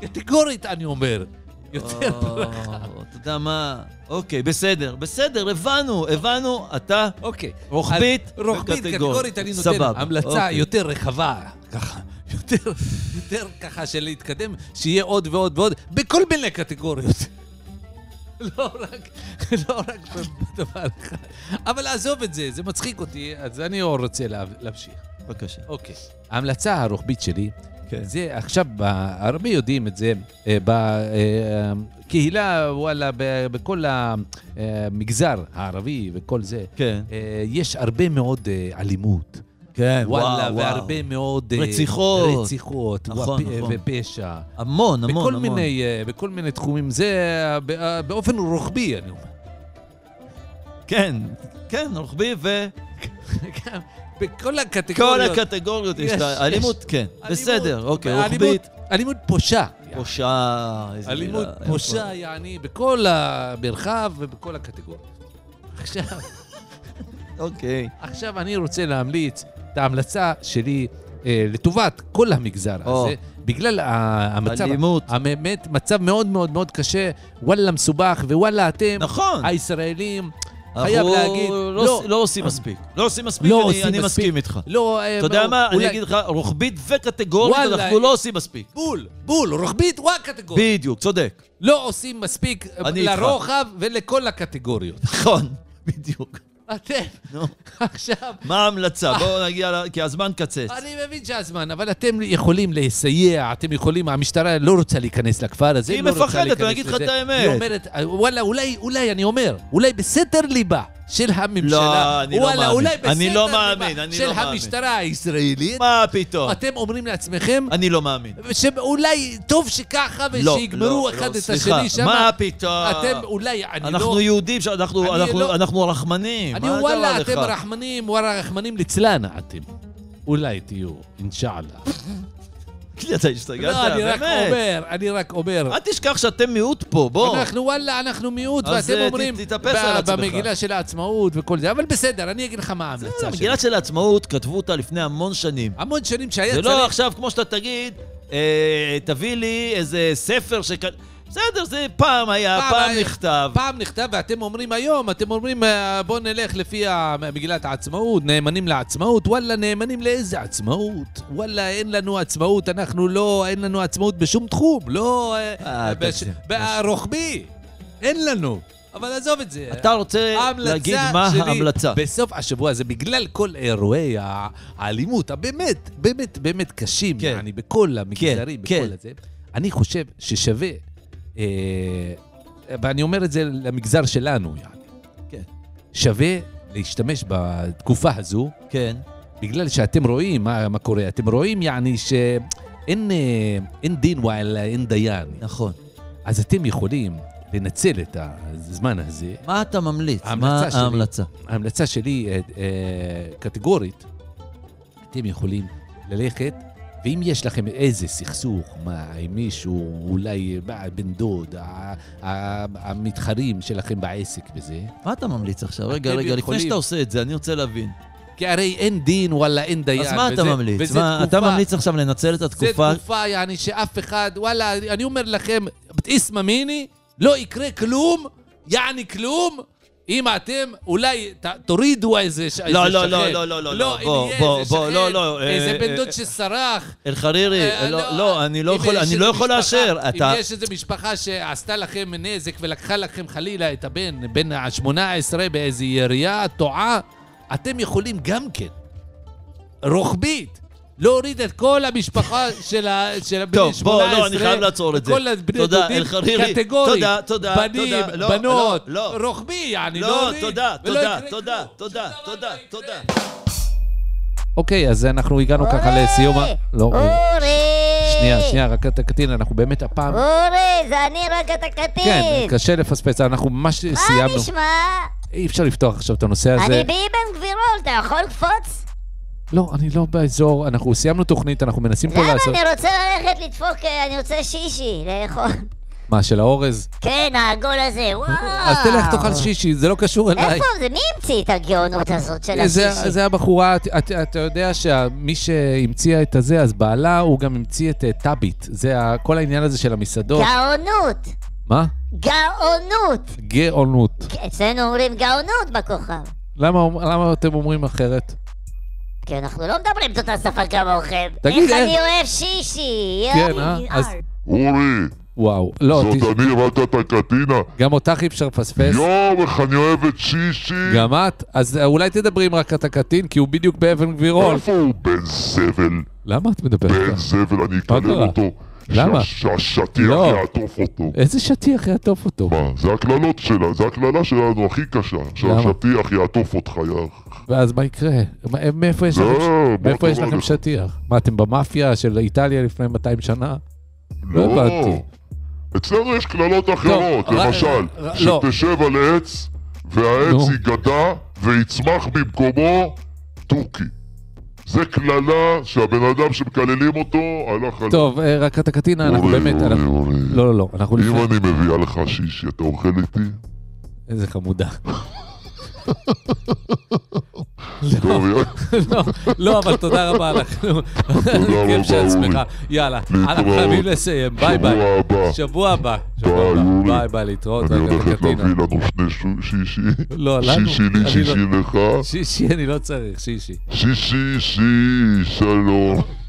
[SPEAKER 3] קטגורית, אני אומר. יותר
[SPEAKER 2] או, אתה יודע מה? אוקיי, בסדר, בסדר, הבנו, הבנו, אתה
[SPEAKER 3] אוקיי.
[SPEAKER 2] רוחבית
[SPEAKER 3] אז רוחבית,
[SPEAKER 2] וקטגורית.
[SPEAKER 3] קטגורית, אני נותן
[SPEAKER 2] סבבה,
[SPEAKER 3] המלצה
[SPEAKER 2] אוקיי.
[SPEAKER 3] יותר רחבה, ככה. יותר, יותר ככה של להתקדם, שיהיה עוד ועוד ועוד, בכל מיני קטגוריות. לא רק, לא רק בדבר אחד. אבל עזוב את זה, זה מצחיק אותי, אז אני לא רוצה לה- להמשיך.
[SPEAKER 2] בבקשה.
[SPEAKER 3] אוקיי. ההמלצה הרוחבית שלי,
[SPEAKER 2] כן.
[SPEAKER 3] זה עכשיו, ב- הרבה יודעים את זה, אה, בקהילה, וואלה, ב- בכל המגזר הערבי וכל זה,
[SPEAKER 2] כן.
[SPEAKER 3] אה, יש הרבה מאוד אה, אלימות.
[SPEAKER 2] כן,
[SPEAKER 3] וואלה, והרבה מאוד... אה,
[SPEAKER 2] רציחות.
[SPEAKER 3] רציחות,
[SPEAKER 2] נכון,
[SPEAKER 3] ופ-
[SPEAKER 2] נכון.
[SPEAKER 3] ופשע.
[SPEAKER 2] המון, המון,
[SPEAKER 3] בכל
[SPEAKER 2] המון.
[SPEAKER 3] מיני, אה, בכל מיני תחומים. זה אה, ב- אה, באופן רוחבי, אני אומר.
[SPEAKER 2] כן, כן, רוחבי ו...
[SPEAKER 3] גם בכל
[SPEAKER 2] כל
[SPEAKER 3] הקטגוריות.
[SPEAKER 2] הקטגוריות יש
[SPEAKER 3] יש,
[SPEAKER 2] את
[SPEAKER 3] יש.
[SPEAKER 2] האלימות, כן.
[SPEAKER 3] אלימות,
[SPEAKER 2] בסדר, אוקיי,
[SPEAKER 3] אלימות-
[SPEAKER 2] רוחבית.
[SPEAKER 3] אלימות פושע.
[SPEAKER 2] פושע, איזה מילה.
[SPEAKER 3] אלימות
[SPEAKER 2] יפה.
[SPEAKER 3] פושע, יעני, בכל המרחב ובכל הקטגוריות. עכשיו...
[SPEAKER 2] אוקיי.
[SPEAKER 3] עכשיו אני רוצה להמליץ את ההמלצה שלי אה, לטובת כל המגזר
[SPEAKER 2] או.
[SPEAKER 3] הזה, בגלל ה- המצב,
[SPEAKER 2] אלימות.
[SPEAKER 3] באמת מצב מאוד מאוד מאוד קשה, וואלה מסובך, ווואלה אתם,
[SPEAKER 2] נכון.
[SPEAKER 3] הישראלים,
[SPEAKER 2] אנחנו
[SPEAKER 3] חייב להגיד,
[SPEAKER 2] לא עוש- לא עושים מספיק. לא עושים מספיק,
[SPEAKER 3] לא
[SPEAKER 2] אני-
[SPEAKER 3] עושים
[SPEAKER 2] אני
[SPEAKER 3] מספיק.
[SPEAKER 2] מסכים איתך.
[SPEAKER 3] לא, אה,
[SPEAKER 2] אתה יודע
[SPEAKER 3] ברור,
[SPEAKER 2] מה, אני
[SPEAKER 3] אולי-
[SPEAKER 2] אגיד לך, רוחבית וקטגורית,
[SPEAKER 3] וואלה,
[SPEAKER 2] אנחנו
[SPEAKER 3] אה,
[SPEAKER 2] לא עושים מספיק.
[SPEAKER 3] בול, בול, רוחבית, וואו קטגוריה.
[SPEAKER 2] בדיוק, צודק.
[SPEAKER 3] לא עושים מספיק אה,
[SPEAKER 2] אני איתך.
[SPEAKER 3] לרוחב ולכל הקטגוריות.
[SPEAKER 2] נכון, בדיוק.
[SPEAKER 3] אתם,
[SPEAKER 2] נו,
[SPEAKER 3] עכשיו,
[SPEAKER 2] מה ההמלצה? בואו נגיע, ל- כי הזמן קצץ.
[SPEAKER 3] אני מבין שהזמן, אבל אתם יכולים לסייע, אתם יכולים, המשטרה לא רוצה להיכנס לכפר הזה,
[SPEAKER 2] היא
[SPEAKER 3] לא רוצה
[SPEAKER 2] מפחדת,
[SPEAKER 3] להיכנס
[SPEAKER 2] אני אגיד לך
[SPEAKER 3] לזה.
[SPEAKER 2] את האמת.
[SPEAKER 3] היא אומרת, וואלה, אולי, אולי, אני אומר, אולי בסתר ליבה של הממשלה,
[SPEAKER 2] לא, אני לא
[SPEAKER 3] וואלה,
[SPEAKER 2] מאמין.
[SPEAKER 3] אולי בסתר
[SPEAKER 2] אני לא מאמין,
[SPEAKER 3] ליבה
[SPEAKER 2] אני
[SPEAKER 3] של
[SPEAKER 2] לא מאמין.
[SPEAKER 3] המשטרה הישראלית,
[SPEAKER 2] מה לא? פתאום?
[SPEAKER 3] אתם אומרים לעצמכם,
[SPEAKER 2] אני לא מאמין.
[SPEAKER 3] שאולי טוב שככה
[SPEAKER 2] לא,
[SPEAKER 3] ושיגמרו
[SPEAKER 2] לא,
[SPEAKER 3] אחד
[SPEAKER 2] לא,
[SPEAKER 3] את
[SPEAKER 2] סליחה,
[SPEAKER 3] השני שם,
[SPEAKER 2] מה פתאום?
[SPEAKER 3] אתם אולי, אני לא...
[SPEAKER 2] אנחנו יהודים, שאנחנו-
[SPEAKER 3] אני
[SPEAKER 2] אנחנו
[SPEAKER 3] לא-
[SPEAKER 2] אנחנו רחמנים.
[SPEAKER 3] אני
[SPEAKER 2] מה קרה
[SPEAKER 3] וואלה,
[SPEAKER 2] לך?
[SPEAKER 3] אתם רחמנים, וואלה, רחמנים לצלן אתם. אולי תהיו, אינשאללה.
[SPEAKER 2] אתה השתגעת,
[SPEAKER 3] לא, אני רק
[SPEAKER 2] באמת.
[SPEAKER 3] אומר, אני רק אומר.
[SPEAKER 2] אל תשכח שאתם מיעוט פה, בוא.
[SPEAKER 3] אנחנו לא וואלה, אנחנו מיעוט,
[SPEAKER 2] אז,
[SPEAKER 3] ואתם
[SPEAKER 2] אה,
[SPEAKER 3] אומרים,
[SPEAKER 2] ת- תתאפס על
[SPEAKER 3] ב-
[SPEAKER 2] עצמך.
[SPEAKER 3] במגילה של העצמאות וכל זה, אבל בסדר, אני אגיד לך מה ההמלצה שלי.
[SPEAKER 2] המגילת של העצמאות, כתבו אותה לפני המון שנים.
[SPEAKER 3] המון שנים שהיה
[SPEAKER 2] זה
[SPEAKER 3] צריך...
[SPEAKER 2] לא עכשיו, כמו שאתה תגיד, אה, תביא לי איזה ספר שכ... בסדר, זה פעם היה,
[SPEAKER 3] פעם
[SPEAKER 2] פעם
[SPEAKER 3] היה.
[SPEAKER 2] נכתב.
[SPEAKER 3] פעם נכתב, ואתם אומרים היום, אתם אומרים, "אה, בואו נלך לפי ה- מגילת העצמאות, נאמנים לעצמאות, וואלה, נאמנים לאיזה עצמאות? וואלה, אין לנו עצמאות, אנחנו לא, אין לנו עצמאות בשום תחום, לא... אה,
[SPEAKER 2] אה,
[SPEAKER 3] בש-
[SPEAKER 2] תגזים.
[SPEAKER 3] ברוחבי, אין לנו. אבל עזוב את זה.
[SPEAKER 2] אתה רוצה
[SPEAKER 3] ההמלצה
[SPEAKER 2] להגיד מה
[SPEAKER 3] שלי
[SPEAKER 2] ההמלצה.
[SPEAKER 3] בסוף השבוע הזה, בגלל כל אירועי ה- האלימות הבאמת, באמת, באמת קשים,
[SPEAKER 2] כן.
[SPEAKER 3] אני בכל המגזרים,
[SPEAKER 2] כן,
[SPEAKER 3] בכל
[SPEAKER 2] כן.
[SPEAKER 3] הזה, אני חושב ששווה, אה, ואני אומר את זה למגזר שלנו, יעני,
[SPEAKER 2] כן.
[SPEAKER 3] שווה להשתמש בתקופה הזו,
[SPEAKER 2] כן.
[SPEAKER 3] בגלל שאתם רואים מה, מה קורה, אתם רואים, יעני, שאין אה, אין דין וואלה, אין דיין.
[SPEAKER 2] נכון.
[SPEAKER 3] אז אתם יכולים לנצל את הזמן הזה
[SPEAKER 2] מה אתה ממליץ? מה
[SPEAKER 3] ההמלצה שלי-
[SPEAKER 2] ההמלצה?
[SPEAKER 3] ההמלצה שלי אה, אה, קטגורית, אתם יכולים ללכת, ואם יש לכם איזה סכסוך, מה, עם מישהו, אולי מה, בן דוד, ה- ה- המתחרים שלכם בעסק וזה,
[SPEAKER 2] מה אתה ממליץ עכשיו? רגע,
[SPEAKER 3] אתם
[SPEAKER 2] רגע, לפני
[SPEAKER 3] יכולים-
[SPEAKER 2] שאתה עושה את זה, אני רוצה להבין.
[SPEAKER 3] כי הרי אין דין וואלה אין דיין.
[SPEAKER 2] אז מה אתה
[SPEAKER 3] וזה-
[SPEAKER 2] ממליץ?
[SPEAKER 3] וזה
[SPEAKER 2] מה, אתה
[SPEAKER 3] תקופה-
[SPEAKER 2] ממליץ עכשיו לנצל את
[SPEAKER 3] זה
[SPEAKER 2] התקופה?
[SPEAKER 3] תקופה, יעני, שאף אחד, וואלה, אני אומר לכם, תסמא מיני, לא יקרה כלום, יעני כלום. אם אתם, אולי ת, תורידו איזה ש...
[SPEAKER 2] לא,
[SPEAKER 3] איזה
[SPEAKER 2] לא,
[SPEAKER 3] שכן.
[SPEAKER 2] לא, לא, לא, לא,
[SPEAKER 3] לא,
[SPEAKER 2] בוא,
[SPEAKER 3] אם יהיה
[SPEAKER 2] בוא,
[SPEAKER 3] איזה
[SPEAKER 2] בוא,
[SPEAKER 3] שכן,
[SPEAKER 2] לא, לא, אה,
[SPEAKER 3] איזה
[SPEAKER 2] אה,
[SPEAKER 3] בן
[SPEAKER 2] אה,
[SPEAKER 3] דוד שסרח. אה,
[SPEAKER 2] אלחרירי, לא, לא, אני לא
[SPEAKER 3] אם
[SPEAKER 2] יכול,
[SPEAKER 3] יש
[SPEAKER 2] אני
[SPEAKER 3] איזה
[SPEAKER 2] לא יכול
[SPEAKER 3] משפחה-
[SPEAKER 2] לאשר. אתה...
[SPEAKER 3] אם יש איזו משפחה שעשתה לכם נזק ולקחה לכם חלילה את הבן, בן ה-18 באיזו ירייה טועה, אתם יכולים גם כן, רוחבית, להוריד את כל המשפחה של, ה, של הבני
[SPEAKER 2] טוב,
[SPEAKER 3] 18.
[SPEAKER 2] בוא, לא, אני חייב לעצור את זה.
[SPEAKER 3] כל הבני
[SPEAKER 2] תודה,
[SPEAKER 3] דודים,
[SPEAKER 2] אלחרירי.
[SPEAKER 3] קטגורית.
[SPEAKER 2] תודה, תודה,
[SPEAKER 3] בנים,
[SPEAKER 2] תודה. לא,
[SPEAKER 3] בנות,
[SPEAKER 2] לא, לא.
[SPEAKER 3] רוחבי, יעני, לא
[SPEAKER 2] לא,
[SPEAKER 3] להוריד,
[SPEAKER 2] תודה,
[SPEAKER 3] ולא
[SPEAKER 2] תודה,
[SPEAKER 3] יקרה
[SPEAKER 2] תודה,
[SPEAKER 3] כלום.
[SPEAKER 2] תודה,
[SPEAKER 3] שום דבר
[SPEAKER 2] תודה,
[SPEAKER 3] לא יקרה.
[SPEAKER 2] תודה.
[SPEAKER 3] אוקיי, אז אנחנו הגענו ככה לסיום ה... לא,
[SPEAKER 4] אורי!
[SPEAKER 3] שנייה, שנייה, רק את הקטין, אנחנו באמת הפעם...
[SPEAKER 4] אורי, זה אני רק את הקטין!
[SPEAKER 3] כן, קשה לפספס, אנחנו ממש
[SPEAKER 4] מה
[SPEAKER 3] סיימנו.
[SPEAKER 4] נשמע?
[SPEAKER 3] אי אפשר לפתוח עכשיו את הנושא הזה.
[SPEAKER 4] אני באבן גבירול, אתה יכול לקפוץ?
[SPEAKER 3] לא, אני לא באזור, אנחנו סיימנו תוכנית, אנחנו מנסים פה
[SPEAKER 4] למה?
[SPEAKER 3] לעשות...
[SPEAKER 4] אני רוצה ללכת לדפוק, אה, אני רוצה שישי, לאכול.
[SPEAKER 3] מה, של האורז?
[SPEAKER 4] כן, העגול הזה, וואו!
[SPEAKER 3] אז תלך תאכל שישי, זה לא קשור אליי.
[SPEAKER 4] אה.
[SPEAKER 3] אה,
[SPEAKER 4] איפה זה? מי המציא את הגאונות הזאת של
[SPEAKER 3] זה,
[SPEAKER 4] השישי?
[SPEAKER 3] זה הבחורה, את- את- אתה יודע שמי שהמציאה את הזה, אז בעלה, הוא גם המציא את אה, טאביט. זה ה- כל העניין הזה של המסעדות.
[SPEAKER 4] גאונות!
[SPEAKER 3] מה?
[SPEAKER 4] גאונות!
[SPEAKER 3] גאונות.
[SPEAKER 4] אצלנו אומרים גאונות בכוכב.
[SPEAKER 3] למה למה אתם אומרים אחרת?
[SPEAKER 4] כי אנחנו לא מדברים את אותה שפה כמוכם.
[SPEAKER 3] תגיד,
[SPEAKER 4] איך
[SPEAKER 3] אה?
[SPEAKER 4] אני אוהב שישי!
[SPEAKER 3] כן,
[SPEAKER 4] יואי,
[SPEAKER 3] אה? אז...
[SPEAKER 5] אורי,
[SPEAKER 3] וואו. לא,
[SPEAKER 5] זאת לא,
[SPEAKER 3] תש-
[SPEAKER 5] אני רדת הקטינה.
[SPEAKER 3] גם אותך אי אפשר לפספס.
[SPEAKER 5] יואו, איך אני אוהב את שישי.
[SPEAKER 3] גם את? אז אה, אולי תדברי עם רק את הקטין, כי הוא בדיוק באבן גבירול.
[SPEAKER 5] איפה הוא בן זבל?
[SPEAKER 3] למה את מדברת?
[SPEAKER 5] בן זבל, אני אקלל
[SPEAKER 3] קרה?
[SPEAKER 5] אותו.
[SPEAKER 3] למה?
[SPEAKER 5] שה- שהשטיח
[SPEAKER 3] לא.
[SPEAKER 5] יעטוף אותו.
[SPEAKER 3] איזה שטיח יעטוף אותו?
[SPEAKER 5] מה? זה הקללות שלה, זה הקללה שלנו הכי קשה. שהשטיח יעטוף אותך, יא...
[SPEAKER 3] ואז מה יקרה? מה- אה, מאיפה יש
[SPEAKER 5] לא,
[SPEAKER 3] לכם,
[SPEAKER 5] בוא
[SPEAKER 3] מאיפה יש
[SPEAKER 5] תבוא
[SPEAKER 3] לכם
[SPEAKER 5] לך.
[SPEAKER 3] שטיח? מה, אתם במאפיה של איטליה לפני 200 שנה? לא
[SPEAKER 5] לא,
[SPEAKER 3] הבנתי.
[SPEAKER 5] אצלנו יש קללות אחרות,
[SPEAKER 3] ר-
[SPEAKER 5] למשל,
[SPEAKER 3] ר- ר- לא.
[SPEAKER 5] שתשב על עץ, והעץ
[SPEAKER 3] נו.
[SPEAKER 5] ייגדע, ויצמח במקומו תוכי. זה קללה שהבן אדם שמקללים אותו, הלך על...
[SPEAKER 3] טוב, אה, רק אתה קטינה, אנחנו
[SPEAKER 5] אורי,
[SPEAKER 3] באמת,
[SPEAKER 5] אורי,
[SPEAKER 3] אנחנו...
[SPEAKER 5] אורי.
[SPEAKER 3] לא, לא, לא, אנחנו
[SPEAKER 5] אם
[SPEAKER 3] לפני...
[SPEAKER 5] אני מביאה לך שישי, אתה אוכל איתי?
[SPEAKER 3] איזה חמודה.
[SPEAKER 5] טוב, יא,
[SPEAKER 3] לא, לא, אבל תודה רבה לך.
[SPEAKER 5] תודה
[SPEAKER 3] כיף
[SPEAKER 5] רבה,
[SPEAKER 3] שאת
[SPEAKER 5] אורי.
[SPEAKER 3] שמחה. יאללה, אנחנו
[SPEAKER 5] להתראות.
[SPEAKER 3] חייבים לסיים, ביי ביי.
[SPEAKER 5] שבוע הבא.
[SPEAKER 3] שבוע הבא. שבוע
[SPEAKER 5] ביי,
[SPEAKER 3] הבא.
[SPEAKER 5] אורי.
[SPEAKER 3] ביי ביי, להתראות.
[SPEAKER 5] אני
[SPEAKER 3] רק אתה
[SPEAKER 5] הולכת
[SPEAKER 3] קטינה.
[SPEAKER 5] להביא לנו שני שו- שישי.
[SPEAKER 3] לא, לנו.
[SPEAKER 5] שישי
[SPEAKER 3] אני
[SPEAKER 5] לי,
[SPEAKER 3] לא-
[SPEAKER 5] שישי לך.
[SPEAKER 3] שישי, אני לא צריך, שישי.
[SPEAKER 5] שישי, שישי, שלום.